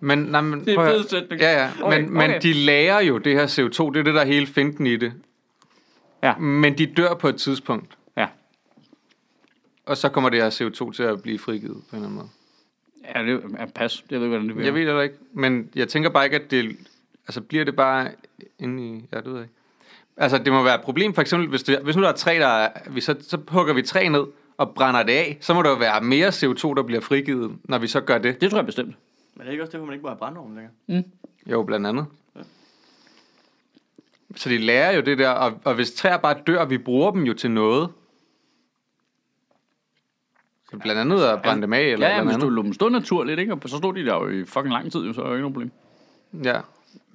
S1: men, nej, men,
S2: er en
S1: prøv at-
S2: fed sætning.
S1: Ja, ja.
S2: Okay,
S1: men, men
S2: okay.
S1: de lærer jo det her CO2, det er det, der er hele finten i det.
S2: Ja.
S1: Men de dør på et tidspunkt,
S2: Ja.
S1: og så kommer det her CO2 til at blive frigivet på en eller anden måde.
S2: Ja, det er ja, pas. Jeg ved ikke, hvordan det bliver.
S1: Jeg ved det heller ikke, men jeg tænker bare ikke, at det... Altså, bliver det bare inde i... Ja, det ved jeg ikke. Altså, det må være et problem, for eksempel, hvis, det, hvis nu der er træ, der er, vi så, så hugger vi træ ned og brænder det af, så må der jo være mere CO2, der bliver frigivet, når vi så gør det.
S2: Det tror jeg bestemt.
S3: Men er det ikke også derfor, man ikke bare har brændeovn længere?
S1: Jo, blandt andet. Så de lærer jo det der, og, og hvis træer bare dør, vi bruger dem jo til noget. Så blandt andet at brænde dem af, eller
S2: Ja, ja,
S1: eller
S2: hvis
S1: andet.
S2: du lod dem stå naturligt, ikke? Og så stod de der jo i fucking lang tid, jo, så er der jo ikke noget problem.
S1: Ja.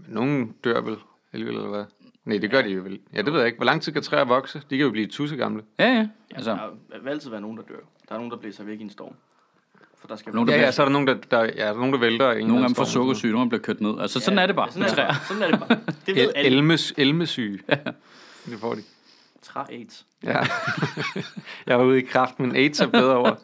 S1: Nogen dør vel alligevel, eller hvad? Nej, det gør de jo vel. Ja, det ved jeg ikke. Hvor lang tid kan træer vokse? De kan jo blive tusse gamle.
S2: Ja, ja. Altså, ja,
S3: Der vil altid være nogen, der dør. Der er nogen, der blæser væk i en storm. For der skal
S2: altså, Nogen, der
S1: Ja,
S2: bliver-
S1: ja, så er der nogen, der, der, ja, der, er nogen, der vælter. i en
S2: nogle
S1: eller
S2: af dem
S1: anden storm
S2: får
S1: eller sådan
S2: sukkersyge, nogle af dem bliver kørt ned. Altså, sådan er det bare
S3: Sådan
S2: med
S3: er det
S2: træer.
S3: bare. Sådan er det bare. Det ved
S1: noget. El-
S3: alle.
S1: elmes, elmesyge. Det får de.
S3: Træ AIDS.
S1: Ja. jeg var ude i kraft, men AIDS er bedre over.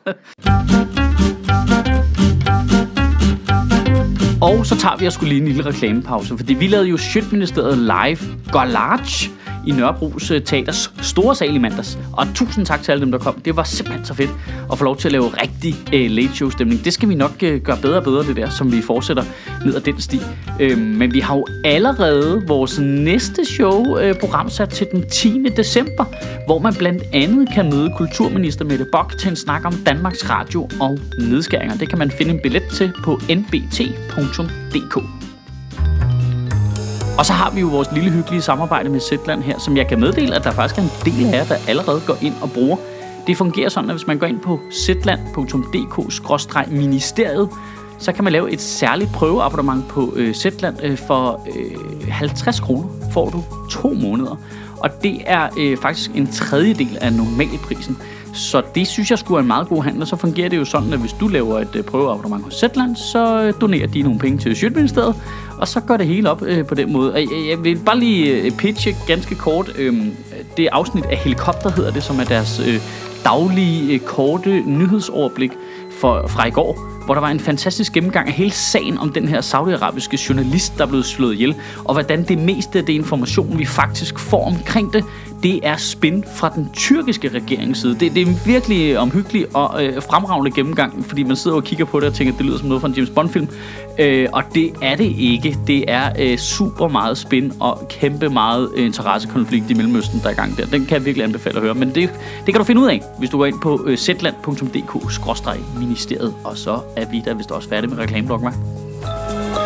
S2: Og så tager vi og skulle lige en lille reklamepause, fordi vi lavede jo Sjøtministeriet live går large i Nørrebro's øh, Teaters store sal i mandags. Og tusind tak til alle dem, der kom. Det var simpelthen så fedt at få lov til at lave rigtig øh, late show stemning. Det skal vi nok øh, gøre bedre og bedre, det der, som vi fortsætter ned ad den sti. Øh, men vi har jo allerede vores næste show øh, programsat til den 10. december, hvor man blandt andet kan møde kulturminister Mette Bock til en snak om Danmarks Radio og nedskæringer. Det kan man finde en billet til på nbt.dk. Og så har vi jo vores lille hyggelige samarbejde med Zetland her, som jeg kan meddele, at der faktisk er en del af jer, der allerede går ind og bruger. Det fungerer sådan, at hvis man går ind på zetland.dk-ministeriet, så kan man lave et særligt prøveabonnement på øh, Zetland øh, for øh, 50 kroner. Får du to måneder. Og det er øh, faktisk en tredjedel af normalprisen. Så det synes jeg skulle er en meget god handel, og så fungerer det jo sådan, at hvis du laver et øh, prøveabonnement hos Zetland, så øh, donerer de nogle penge til Sjøtministeriet, og så går det hele op øh, på den måde. Og jeg, jeg vil bare lige øh, pitche ganske kort øh, det afsnit af Helikopter, hedder det, som er deres øh, daglige, øh, korte nyhedsoverblik for, fra i går, hvor der var en fantastisk gennemgang af hele sagen om den her saudiarabiske journalist, der blev slået ihjel, og hvordan det meste af det information, vi faktisk får omkring det, det er spin fra den tyrkiske regerings side. Det, det er en virkelig omhyggelig og øh, fremragende gennemgang, fordi man sidder og kigger på det og tænker, at det lyder som noget fra en James Bond-film, øh, og det er det ikke. Det er øh, super meget spin og kæmpe meget øh, interessekonflikt i Mellemøsten, der er i gang der. Den kan jeg virkelig anbefale at høre, men det, det kan du finde ud af, hvis du går ind på øh, zland.dk-ministeriet, og så er vi der, hvis du også er færdig med reklameblokken, hva'?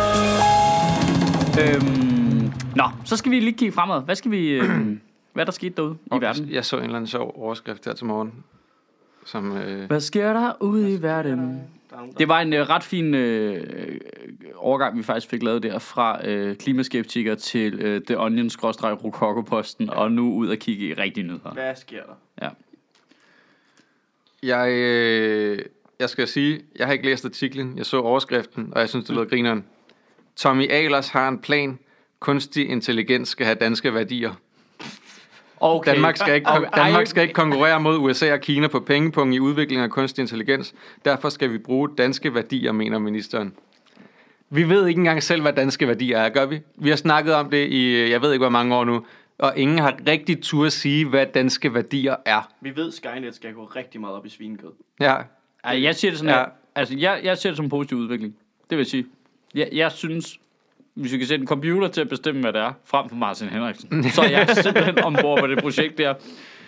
S2: Øhm, nå, så skal vi lige kigge fremad. Hvad skal vi... Øh, hvad er der sket derude i verden?
S1: Jeg så en eller anden sjov overskrift her til morgen, som... Øh,
S2: Hvad sker der ude i verden?
S3: Der er nogen, der...
S2: Det var en øh, ret fin øh, øh, overgang, vi faktisk fik lavet der, fra øh, klimaskeptiker til øh, The Onion skråstreg Rokokoposten, og nu ud og kigge i rigtige nyheder.
S3: Hvad sker der?
S2: Ja.
S1: jeg, øh, jeg skal sige, jeg har ikke læst artiklen, jeg så overskriften, og jeg synes, det lød grineren. Tommy Ahlers har en plan. Kunstig intelligens skal have danske værdier.
S2: Okay.
S1: Danmark skal, ikke,
S2: Okay.
S1: Danmark skal ikke konkurrere mod USA og Kina på pengepunkt i udvikling af kunstig intelligens. Derfor skal vi bruge danske værdier, mener ministeren. Vi ved ikke engang selv, hvad danske værdier er, gør vi? Vi har snakket om det i, øh, jeg ved ikke hvor mange år nu, og ingen har rigtig tur at sige, hvad danske værdier er.
S3: Vi ved, Skynet skal gå rigtig meget op i svinekød.
S1: Ja,
S2: Ej, jeg ser det sådan her.
S1: Ja.
S2: Altså, jeg, jeg ser det som en positiv udvikling. Det vil jeg sige. Jeg, jeg synes, hvis vi kan sætte en computer til at bestemme, hvad det er, frem for Martin Henriksen, så er jeg simpelthen ombord på det projekt der.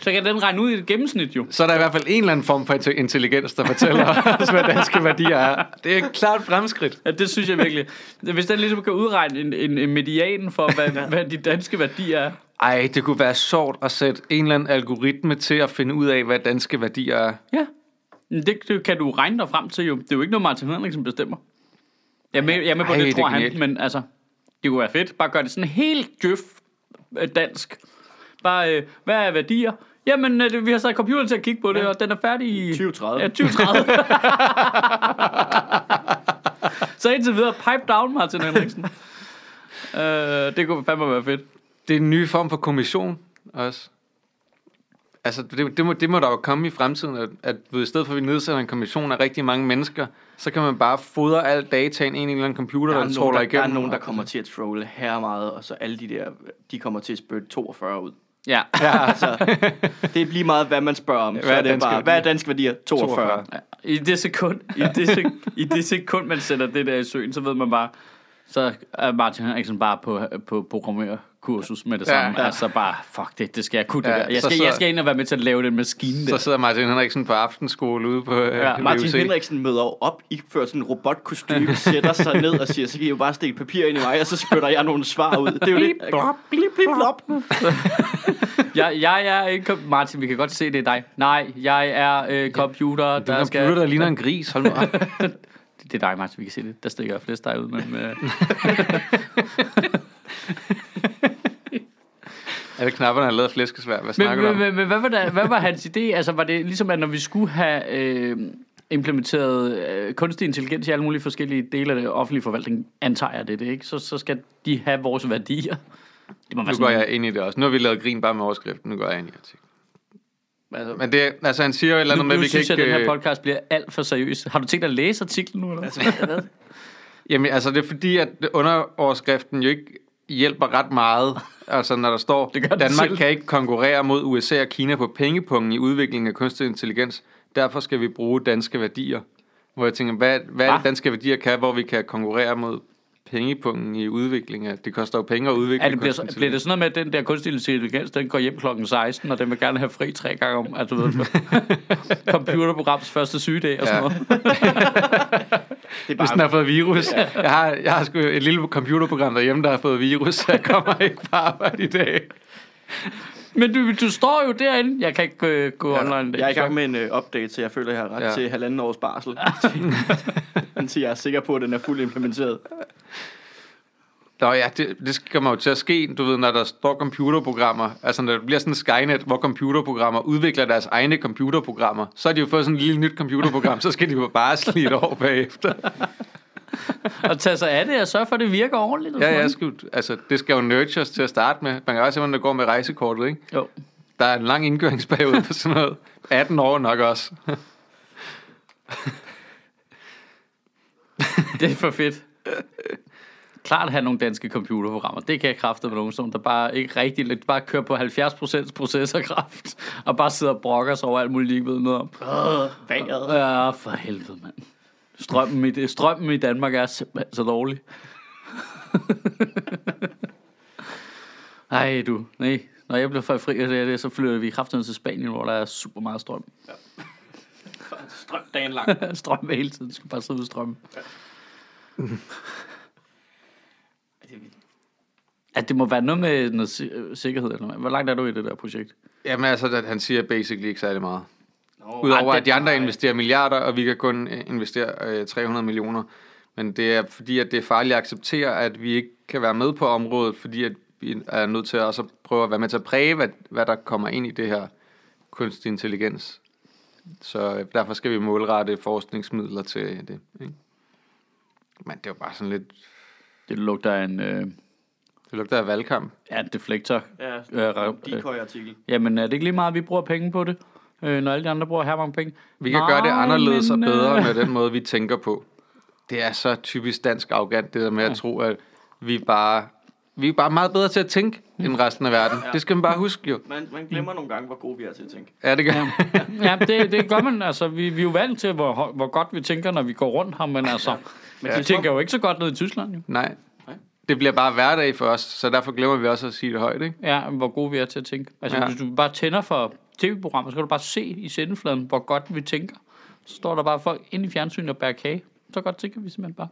S2: Så kan den regne ud i et gennemsnit jo.
S1: så er der i hvert fald en eller anden form for inte- intelligens, der fortæller os, hvad danske værdier er. Det er et klart fremskridt.
S2: Ja, det synes jeg virkelig. Hvis den ligesom kan udregne en, en, en median for, hvad, hvad de danske værdier er.
S1: Ej, det kunne være sjovt at sætte en eller anden algoritme til at finde ud af, hvad danske værdier er.
S2: Ja. Men Det, det kan du regne dig frem til jo. Det er jo ikke noget, Martin Henriksen bestemmer. Jeg er med, jeg er med på,
S1: Ej,
S2: Ej, det,
S1: det er
S2: det tror han,
S1: genialt.
S2: men altså, det kunne være fedt. Bare gør det sådan helt djøf øh, dansk. Bare, øh, hvad er værdier? Jamen, øh, det- vi har sat computeren til at kigge på det, ja. og den er færdig i...
S3: 2030.
S2: Ja, 2030. Så indtil videre, pipe down, Martin Henriksen. øh, det kunne fandme være fedt.
S1: Det er en ny form for kommission også. Altså, det, det, må, det må der jo komme i fremtiden, at, at ved, i stedet for at vi nedsætter en kommission af rigtig mange mennesker, så kan man bare fodre al dataen ind i en eller anden computer,
S3: Der
S1: der,
S3: er,
S1: der
S3: nogen,
S1: tråler
S3: der, der
S1: igennem.
S3: er nogen, der kommer til at trolle her meget, og så alle de der, de kommer til at spørge 42 ud.
S2: Ja.
S1: Ja,
S3: Altså, det er lige meget, hvad man spørger om. så
S1: Hvad er
S3: er det
S1: danske
S3: bare,
S1: værdier?
S3: hvad er dansk værdier? 42.
S1: 42.
S2: I det sekund, i det, sek, i det sekund man sætter det der i søen, så ved man bare, så er Martin Henriksen bare på, på programmørkursus med det
S1: Ja,
S2: samme. Ja,
S1: ja.
S2: Altså bare, fuck det, det skal jeg kunne ja,
S1: Ja,
S2: det der. Jeg
S1: så
S2: skal,
S1: sidder-
S2: jeg skal ind og være med til at lave den maskine
S1: så
S2: der.
S1: sidder Martin Henriksen på aftenskole ude på øh,
S2: Ja,
S1: ja,
S3: Martin Henriksen møder op, I fører sådan en robotkostyme, sætter sig ned og siger, så kan I jo bare stikke papir ind i mig, og så spytter jeg nogle svar ud. Det er jo lidt... Blip, blip, blop.
S2: Jeg, jeg er ikke, kom- Martin, vi kan godt se, det er dig. Nej, jeg er øh, computer,
S1: Der
S2: der
S1: er
S2: skal...
S1: computer, der ligner en gris. Hold nu op.
S2: Det er dig, Martin, vi kan se det. Der stikker jeg flest dig ud, men... Øh,
S1: Alle knapperne er lavet af flæskesvær. Hvad
S2: men,
S1: snakker du
S2: men,
S1: om?
S2: men, men hvad, var der, hvad var hans idé? Altså var det ligesom, at når vi skulle have øh, implementeret øh, kunstig intelligens i alle mulige forskellige dele af det offentlige forvaltning, antager jeg det, er det ikke? Så, så skal de have vores værdier. Det må være
S1: Nu går
S2: sådan,
S1: jeg ind i det også. Nu har vi lavet grin bare med overskriften. Nu går jeg ind i artiklen.
S3: Altså,
S1: Men det, altså han siger jo et eller
S2: nu,
S1: andet med,
S2: nu
S1: at vi kan
S2: synes jeg,
S1: ikke...
S2: at den her
S1: øh,
S2: podcast bliver alt for seriøs. Har du tænkt dig at læse artiklen nu? Eller? Altså,
S1: Jamen, altså det er fordi, at underoverskriften jo ikke hjælper ret meget. Altså når der står,
S2: Det gør den
S1: Danmark
S2: selv."
S1: kan ikke konkurrere mod USA og Kina på pengepungen i udviklingen af kunstig intelligens. Derfor skal vi bruge danske værdier. Hvor jeg tænker, hvad, hvad er
S2: Hva?
S1: det danske værdier kan, hvor vi kan konkurrere mod pengepungen i udviklingen af... Det koster jo penge at udvikle
S2: er det, bliver, så-
S1: kunstig
S2: bliver det sådan noget med, at den der kunstig intelligens, den går hjem klokken 16, og den vil gerne have fri tre gange om, altså, du ved, computerprograms første sygedag og sådan
S1: Ja.
S2: noget.
S3: det er
S1: Hvis den
S3: bare...
S1: har fået virus. Jeg har, jeg har sgu et lille computerprogram derhjemme, der har fået virus, så jeg kommer ikke på arbejde i dag.
S2: Men du, du står jo derinde. Jeg kan ikke øh, gå
S1: Ja,
S2: online. i dag,
S3: Jeg er i
S2: så-
S3: gang med en uh, update, så jeg føler, jeg har ret
S1: Ja.
S3: ja. til halvanden års barsel. Indtil jeg er sikker på, at den er fuldt implementeret.
S1: Nå ja, det, det kommer jo til at ske, du ved, når der står computerprogrammer, altså når der bliver sådan en Skynet, hvor computerprogrammer udvikler deres egne computerprogrammer, så har de jo fået sådan et lille nyt computerprogram, så skal de jo bare slide over bagefter.
S2: Og tage sig af det og sørge for, at det virker ordentligt. og
S1: Ja,
S2: sådan
S1: ja,
S2: noget.
S1: skal, jo- altså, det skal jo nurtures til at starte med. Man kan også se, hvordan det går med rejsekortet, ikke?
S2: Jo.
S1: Der er en lang indgøringsperiode på sådan noget. 18 år nok også.
S2: Det er for fedt. Klart at have nogle danske computerprogrammer. Det kan jeg kræfte med nogen, som der bare ikke rigtig lidt bare kører på 70% processorkraft, og bare sidder og brokker sig over alt muligt, de ikke ved noget om.
S3: Øh, vejret.
S2: Ja, for helvede, mand. Strømmen i, det- strømmen i Danmark er simpelthen så dårlig. Ej, du. Nej. Når jeg bliver for fri af det, så flytter vi kraften til Spanien, hvor der er super meget strøm.
S3: Strøm dagen lang.
S2: strøm hele tiden. Du skal bare sidde ud strøm. At det må være noget med noget si- øh, sikkerhed. Eller noget. Hvor langt er du i det der projekt?
S1: Jamen altså, at han siger basically ikke særlig meget.
S3: Nå,
S1: Udover
S2: ej,
S1: at de
S2: det-
S1: andre
S2: nej.
S1: investerer milliarder, og vi kan kun øh, investere øh, 300 millioner. Men det er fordi, at det er farligt at acceptere, at vi ikke kan være med på området, fordi at vi er nødt til også at prøve at være med til at præge, hvad, hvad der kommer ind i det her kunstig intelligens. Så øh, derfor skal vi målrette forskningsmidler til det. Ikke? Men det er jo bare sådan lidt...
S2: Det lugter af en øh,
S1: Det lugter af valgkamp.
S2: ja, en deflektor.
S3: Ja,
S2: Øh,
S3: decoy-artikel.
S2: Jamen, er det ikke lige meget, at vi bruger penge på det? Øh, når alle de andre bruger her mange penge.
S1: Vi kan
S2: Nej,
S1: gøre det anderledes og
S2: men,
S1: bedre
S2: øh,
S1: med den måde, vi tænker på. Det er så typisk dansk arrogant, det der med at tro, at vi bare... Vi er bare meget bedre til at tænke end resten af verden. Det skal man bare huske jo.
S3: Man, man glemmer nogle gange, hvor gode vi er til at tænke.
S1: Ja, det gør
S2: Ja, ja det, det gør man. Altså, vi, vi er jo vant til, hvor, høj- hvor godt vi tænker, når vi går rundt her, men altså,
S3: Men
S2: ja. vi tænker jo ikke så godt ned i Tyskland, jo.
S1: Nej.
S3: Nej.
S1: Det bliver bare hverdag for os, så derfor glemmer vi også at sige det højt, ikke?
S2: Ja, hvor gode vi er til at tænke. Altså,
S1: Ja.
S2: ja. hvis du bare tænder for tv-programmer, så kan du bare se i sendefladen, hvor godt vi tænker. Så står der bare folk ind i fjernsynet og bærer kage. Så godt tænker vi simpelthen bare.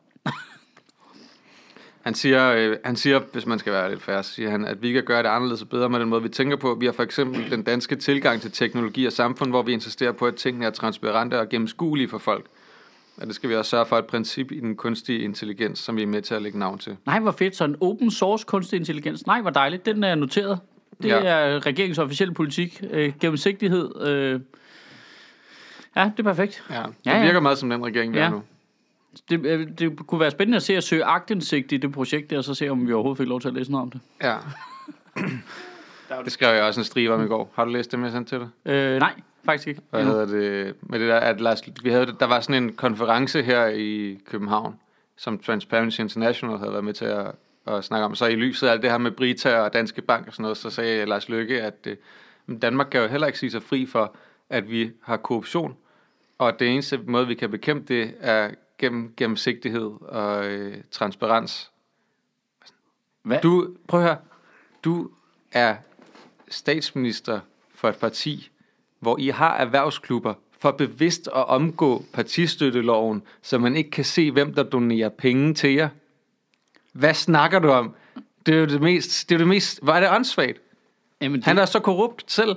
S1: Han siger, øh, han siger, hvis man skal være lidt færdig, siger han, at vi kan gøre det anderledes og bedre med den måde, vi tænker på. Vi har for eksempel den danske tilgang til teknologi og samfund, hvor vi insisterer på, at tingene er transparente og gennemskuelige for folk. Og det skal vi også sørge for et princip i den kunstige intelligens, som vi er med til at lægge navn til.
S2: Nej, hvor fedt. Så en open source kunstig intelligens. Nej, hvor dejligt. Den er noteret. Det
S1: Ja.
S2: ja. er regeringens officielle politik. Øh, gennemsigtighed. Øh. Ja, det er perfekt.
S1: Ja, det
S2: Ja, ja.
S1: virker meget som den regering, vi ja.
S2: Ja.
S1: er nu.
S2: Det, øh, det kunne være spændende at se at søge agtindsigt i det projekt der, og så se, om vi overhovedet fik lov til at læse noget om det.
S1: Ja.
S3: Der er jo-
S1: Det skrev jeg også en stribe om i går. Har du læst det, jeg sendte til dig?
S2: Øh, nej, faktisk ikke.
S1: Hvad
S2: Endnu.
S1: hedder det? Med det der, at Lars, vi havde, der var sådan en konference her i København, som Transparency International havde været med til at, at snakke om. Så i lyset af alt det her med Brita og Danske Bank og sådan noget, så sagde Lars Løkke, at øh, men Danmark kan jo heller ikke sige sig fri for, at vi har korruption. Og det eneste måde, vi kan bekæmpe det, er gennem gennemsigtighed og øh, transparens.
S2: Hvad?
S1: Du, prøv at høre, du er statsminister for et parti, hvor I har erhvervsklubber for bevidst at omgå partistøtteloven, så man ikke kan se, hvem der donerer penge til jer. Hvad snakker du om? Det er jo det mest... Det er jo det mest hvor er det åndssvagt?
S2: Jamen, det,
S1: Han er så korrupt selv.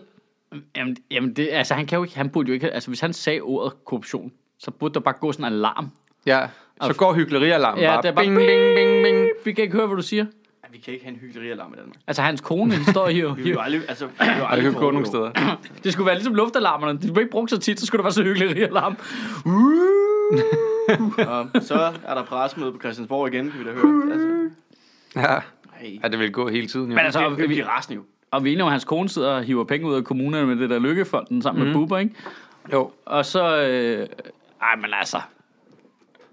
S2: jamen, jamen det, altså, han kan jo ikke, han burde jo ikke, altså, hvis han sagde ordet korruption, så burde der bare gå sådan en alarm.
S1: Ja, så går hyggelerialarmen
S2: Ja,
S1: bare.
S2: det er bare
S1: bing, bing, bing, bing.
S2: Vi kan ikke høre, hvad du siger.
S3: Ej, vi kan ikke have en hyklerialarm i Danmark.
S2: Altså, hans kone hende står her.
S3: Vi vil jo
S2: her.
S3: aldrig, altså, vi vil jo
S1: Og det
S3: aldrig
S1: kan
S3: få
S1: gå nogle
S3: overlov.
S1: steder.
S2: Det skulle være ligesom luftalarmerne. De blev ikke brugt så tit, så skulle der være så hyggelig alarm.
S3: Øh,
S2: Uh.
S3: Og Um, så er der pressemøde på Christiansborg igen, kan vi da høre. Altså,
S1: Ja.
S3: nej.
S1: ja, det vil gå hele tiden. Jo.
S2: Men
S3: Altså,
S2: altså,
S3: det, det
S2: vi,
S3: bliver rasende jo.
S2: og vi er enige om, at hans kone sidder og hiver penge ud af kommunerne med det der lykkefonden sammen mm. med Bubber, ikke?
S1: Mhm. Jo.
S2: Og så... Øh, ej, men altså...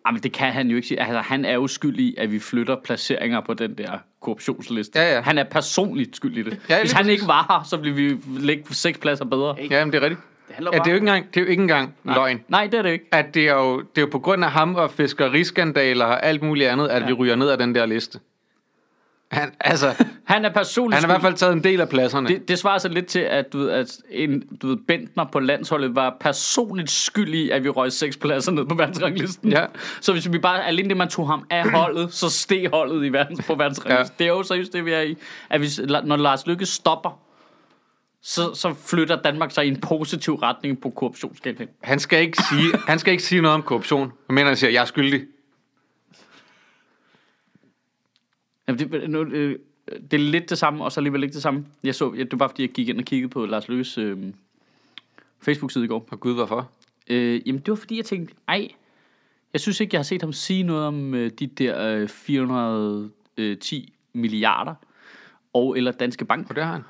S2: Ej, men det kan han jo ikke sige. Altså, han er jo skyld i, at vi flytter placeringer på den der korruptionsliste.
S1: Ja, ja.
S2: Han er personligt skyld i det.
S1: Ja,
S2: Ja,
S1: lige
S2: Hvis han
S1: præcis.
S2: ikke var her, så ville vi lægge seks pladser bedre.
S3: Ikke
S1: Ja, men det er rigtigt.
S3: Det handler
S1: Ja,
S3: bare
S1: det er jo ikke engang, det er jo ikke engang
S2: Nej.
S1: løgn.
S2: Nej, det er det ikke.
S1: at det er, jo, det er jo på grund af ham og fischeriskandaler og alt muligt andet, at ja. vi ryger ned af den der liste. Han, altså, han
S2: Han er personligt
S1: har i hvert fald taget en del af pladserne. Det,
S2: Det, det svarer så lidt til, at, du ved, at en, du ved, Bentner på landsholdet var personligt skyld i, at vi røg seks pladser ned på verdensranglisten.
S1: Ja.
S2: Så hvis vi bare, alene det man tog ham af holdet, så steg holdet i verdens, på verdensranglisten. Ja. Det er jo seriøst det, vi er i. At hvis, når Lars Lykke stopper, så, så flytter Danmark sig i en positiv retning på korruptionsskalaen.
S1: han, skal ikke sige, han skal ikke sige noget om korruption. Jeg mener, han siger, jeg er skyldig.
S2: Jamen, det, nu, øh, det er lidt det samme, og så alligevel ikke det samme. Jeg så, det var bare, fordi jeg gik ind og kiggede på Lars Lykkes øh, Facebook-side i går.
S1: Og gud, hvorfor?
S2: Øh, jamen, det var fordi, jeg tænkte, ej, jeg synes ikke, jeg har set ham sige noget om øh, de der øh, 410 milliarder og eller Danske Bank.
S1: Og det har han.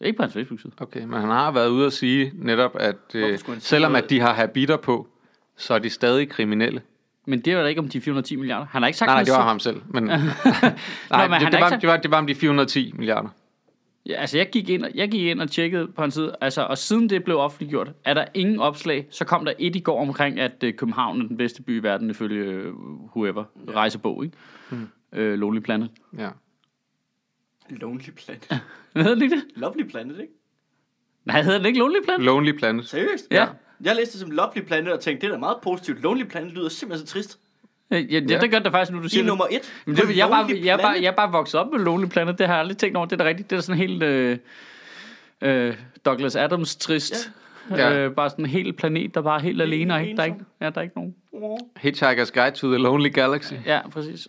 S2: Ikke på hans Facebook-side.
S1: Okay, men han har været ude at sige netop, at øh,
S3: skulle han sige
S1: selvom
S3: noget?
S1: at de har habitter på, så er de stadig kriminelle.
S2: Men det var da ikke om de 410 milliarder. Han har ikke sagt
S1: Nej, nej, det var
S2: noget
S1: ham selv. Men, nej,
S2: han
S1: det,
S2: har
S1: det,
S2: ikke
S1: var,
S2: sagt-
S1: det, var, det var om de 410 milliarder.
S2: Ja, altså, jeg gik, ind, og- jeg gik ind og tjekkede på hans side, altså, og siden det blev offentliggjort, er der ingen opslag. Så kom der et i går omkring, at øh, København er den bedste by i verden, ifølge øh, whoever, rejsebog, ikke?
S1: Hmm.
S2: Mm. Øh, Lonely Planet.
S1: Ja.
S3: Lonely Planet.
S2: Hvad hedder den ikke det?
S3: Lovely Planet, ikke?
S2: Nej, hedder den ikke Lonely Planet?
S1: Lonely Planet.
S3: Seriøst?
S2: Ja.
S3: Jeg læste det som Lovely Planet og tænkte, det er da meget positivt. Lonely Planet lyder simpelthen så trist.
S2: Øh, Ja, ja, det gør det faktisk nu, du
S3: I
S2: siger det.
S3: nummer et.
S2: Men det, jeg, er bare,
S3: Lonely
S2: jeg, er bare,
S3: Planet.
S2: jeg er bare vokset op med Lonely Planet, det har jeg aldrig tænkt over. Det er da rigtigt, det er sådan helt øh, øh, Douglas Adams trist. Ja.
S1: Ja.
S2: Øh, bare sådan en hel planet, der bare er helt alene, og ikke, der, er
S3: ensom.
S2: ikke, ja, der er ikke nogen.
S1: Hitchhiker's Guide to the Lonely Galaxy.
S2: Ja, præcis.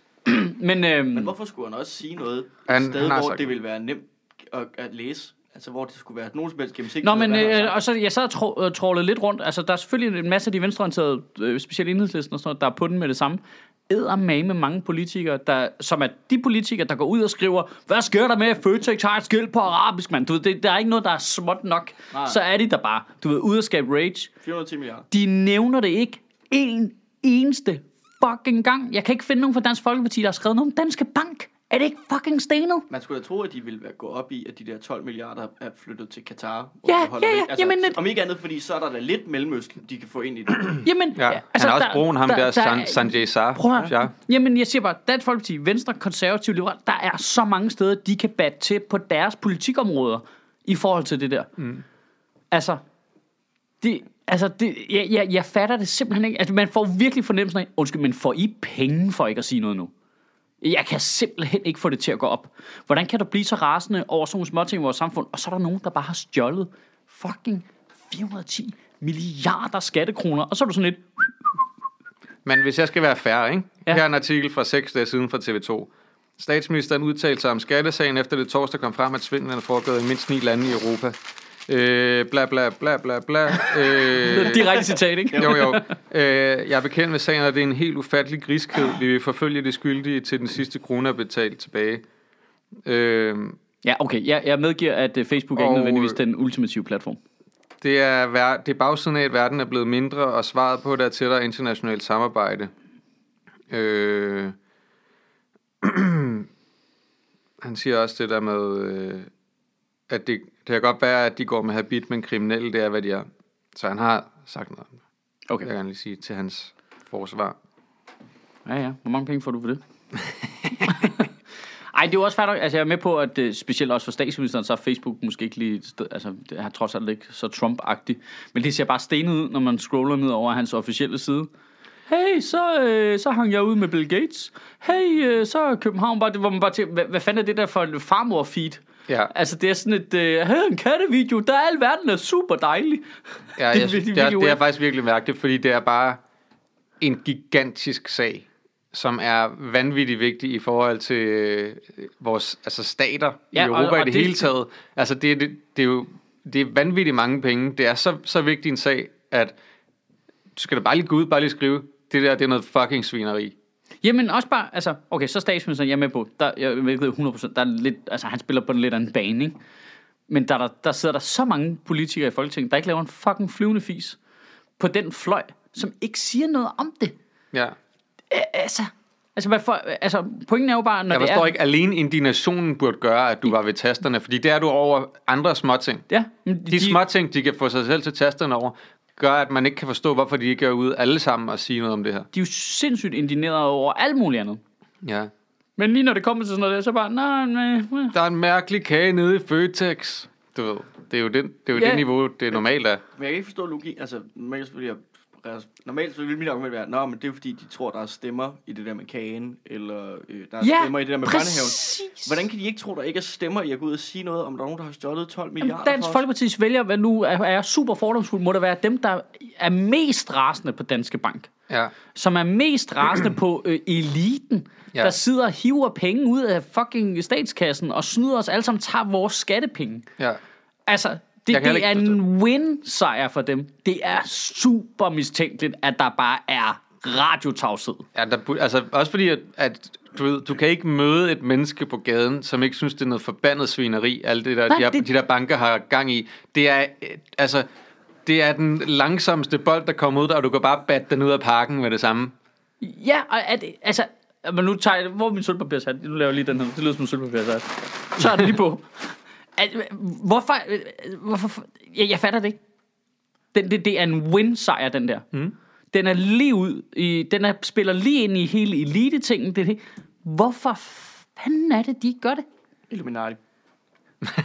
S2: Men, øh,
S3: Men hvorfor skulle han også sige noget
S1: Han-
S3: et sted,
S1: han har
S3: hvor
S1: sagt
S3: det ville være nemt at, at læse? Altså, hvor det skulle være nogen som helst gennemsigtighed. altså.
S2: Nå, men
S3: hvad
S2: øh,
S3: han har sagt.
S2: og så, jeg sad og tro, øh, trålede lidt rundt. Altså, der er selvfølgelig en masse af de venstreorienterede, øh, specielt enhedslisten og sådan noget, der er på den med det samme. Eddermame med mange politikere, der, som er de politikere, der går ud og skriver, hvad sker der med, at Føtex har et skilt på arabisk, mand? Du ved, det, der er ikke noget, der er småt nok. Nej. Så er de der bare, du ved, ud og skabe rage.
S3: 410 milliarder.
S2: De nævner det ikke en eneste fucking gang. Jeg kan ikke finde nogen fra Dansk Folkeparti, der har skrevet noget om Danske Bank. Er det ikke fucking stenet?
S3: Man skulle da tro, at de ville være- gå op i, at de der 12 milliarder er flyttet til Katar.
S2: Ja,
S3: og holder
S2: ja,
S3: det.
S2: ja, jamen, et-
S3: om ikke andet, fordi så er der da lidt Mellemøsten, de kan få ind i det.
S2: Jamen,
S1: Ja, altså, han er også brun, ham der, der, San, Sanjay Sar.
S2: Prøv at
S1: Ja.
S2: høre. Jamen, jeg siger bare, Dansk Folkeparti, Venstre, Konservative, Liberal, der er så mange steder, de kan batte til på deres politikområder i forhold til det der. Mm. Altså, det, altså det, jeg, jeg, jeg fatter det simpelthen ikke. Altså, man får virkelig fornemmelsen af, undskyld, men får I penge for ikke at sige noget nu? Jeg kan simpelthen ikke få det til at gå op. Hvordan kan der blive så rasende over sådan nogle småting i vores samfund, og så er der nogen, der bare har stjålet fucking 410 milliarder skattekroner, og så er du sådan lidt,
S1: Men hvis jeg skal være færre, ikke?
S2: Ja.
S1: Ja. Her er en artikel fra 6 dage siden fra TV2. Statsministeren udtalte sig om skattesagen, efter det torsdag kom frem, at svindlen er foregået i mindst ni lande i Europa. Øh, bla bla bla bla bla. Øh,
S2: direkte citat, ikke?
S1: jo, jo. Øh, jeg er bekendt med sagen, og det er en helt ufattelig griskhed. Vi vil forfølge de skyldige til den sidste krone er betalt tilbage. Øh,
S2: Ja, okay. Jeg, jeg medgiver, at øh, Facebook er ikke
S1: Og,
S2: nødvendigvis
S1: øh,
S2: den ultimative platform.
S1: det, er, ver- det er bagsiden af, at verden er blevet mindre, og svaret på det er tættere internationalt samarbejde. Øh, han siger også det der med, øh, at det, det kan godt være, at de går med habit, men kriminelle, det er, hvad de er. Så han har sagt noget om det.
S2: Okay.
S1: Jeg kan lige sige til hans forsvar.
S2: Ja, ja. Hvor mange penge får du for det? Ej, det er jo også fair nok. Altså, jeg er med på, at øh, specielt også for statsministeren, så er Facebook måske ikke lige... et Sted, altså, det er trods alt ikke så Trump-agtig. Men det ser bare stenet ud, når man scroller ned over hans officielle side. Hey, så, øh, så hang jeg ud med Bill Gates. Hey, øh, så er København bare... Det, hvor man bare tænker, hvad, hvad fanden er det der for en farmor-feed?
S1: Ja.
S2: Altså, det er sådan et... Øh, hey, en kattevideo, der er alverden er super dejlig.
S1: Ja, jeg, det,
S2: virkelig,
S1: det, er,
S2: virkelig
S1: det er
S2: weird.
S1: faktisk virkelig mærkeligt, fordi det er bare en gigantisk sag, som er vanvittigt vigtig i forhold til øh, vores altså stater
S2: Ja,
S1: ja,
S2: og-
S1: i Europa
S2: og
S1: og i det,
S2: det-
S1: hele taget. Altså, det, er- det, det er jo det er vanvittigt mange penge. Det er så, så vigtig en sag, at du skal da bare lige gå ud bare lige skrive, det der, det er noget fucking svineri.
S2: Jamen også bare, altså, okay, så statsministeren, jeg er med på, der, jeg ved 100%, der er lidt, altså han spiller på den lidt af en bane, ikke? Men der, der, der sidder der så mange politikere i Folketinget, der ikke laver en fucking flyvende fis på den fløj, som ikke siger noget om det.
S1: Ja.
S2: Æ, altså, altså, hvad for, altså, pointen er jo bare, når
S1: Jeg
S2: det
S1: forstår
S2: er...
S1: ikke, alene indignationen burde gøre, at du var ved tasterne, fordi det er du over andre småting.
S2: Ja, men
S1: De, de små ting, de kan få sig selv til tasterne over, gør, at man ikke kan forstå, hvorfor de ikke er ude alle sammen og sige noget om det her.
S2: de er jo sindssygt indigneret over alt muligt andet.
S1: Ja.
S2: Men lige når det kommer til sådan noget der, så bare, nej, nej, nej.
S1: Der er en mærkelig kage nede i Føtex. Du ved, det er jo, den, det, er jo
S2: Ja.
S1: det niveau, det normalt er.
S3: Men jeg kan ikke forstå logik. Altså, man kan selvfølgelig have- altså, normalt så ville mit argument være, Nå, men det er jo fordi, de tror, der er stemmer i det der med kagen, eller øh, der er
S2: Ja,
S3: stemmer i det der med børnehaven.
S2: præcis.
S3: Hvordan kan de ikke tro, der ikke er stemmer i at gå ud og sige noget, om der er nogen, der har stjålet 12 milliarder
S2: Dansk
S3: for os?
S2: Folkeparti's vælger, hvad nu er, er super fordomsfuld, må det være dem, der er mest rasende på Danske Bank.
S1: Ja.
S2: Som er mest rasende på øh, eliten, ja.
S1: Ja.
S2: der sidder og hiver penge ud af fucking statskassen og snyder os alle sammen, tager vores skattepenge.
S1: ja.
S2: Altså, det,
S1: Jeg kan
S2: det
S1: heller
S2: er
S1: ikke
S2: en win-sejr for dem. Det er super mistænkeligt, at der bare er radiotavshed.
S1: ja der, bu- altså, også fordi, at, at du, ved, du kan ikke møde et menneske på gaden, som ikke synes, det er noget forbandet svineri, alt det der,
S2: Nej,
S1: de, her,
S2: det-
S1: det... de der banker har gang i. Det er, øh, altså, det er den langsomste bold, der kommer ud der, og du kan bare batte den ud af parken med det samme.
S2: Ja, og at, altså... Men nu tager jeg... Hvor er min sølvpapirshat? Nu laver jeg lige den her. Det lyder som en sølvpapirshat. Så er det lige på. At, hvorfor... hvorfor jeg, jeg fatter det ikke. Den, det, det er en win-sejr, den der. Mm. Den er lige ud i... Den er, spiller lige ind i hele elite-tingen. Det, er det. Hvorfor fanden er det, de ikke gør det?
S3: Illuminati.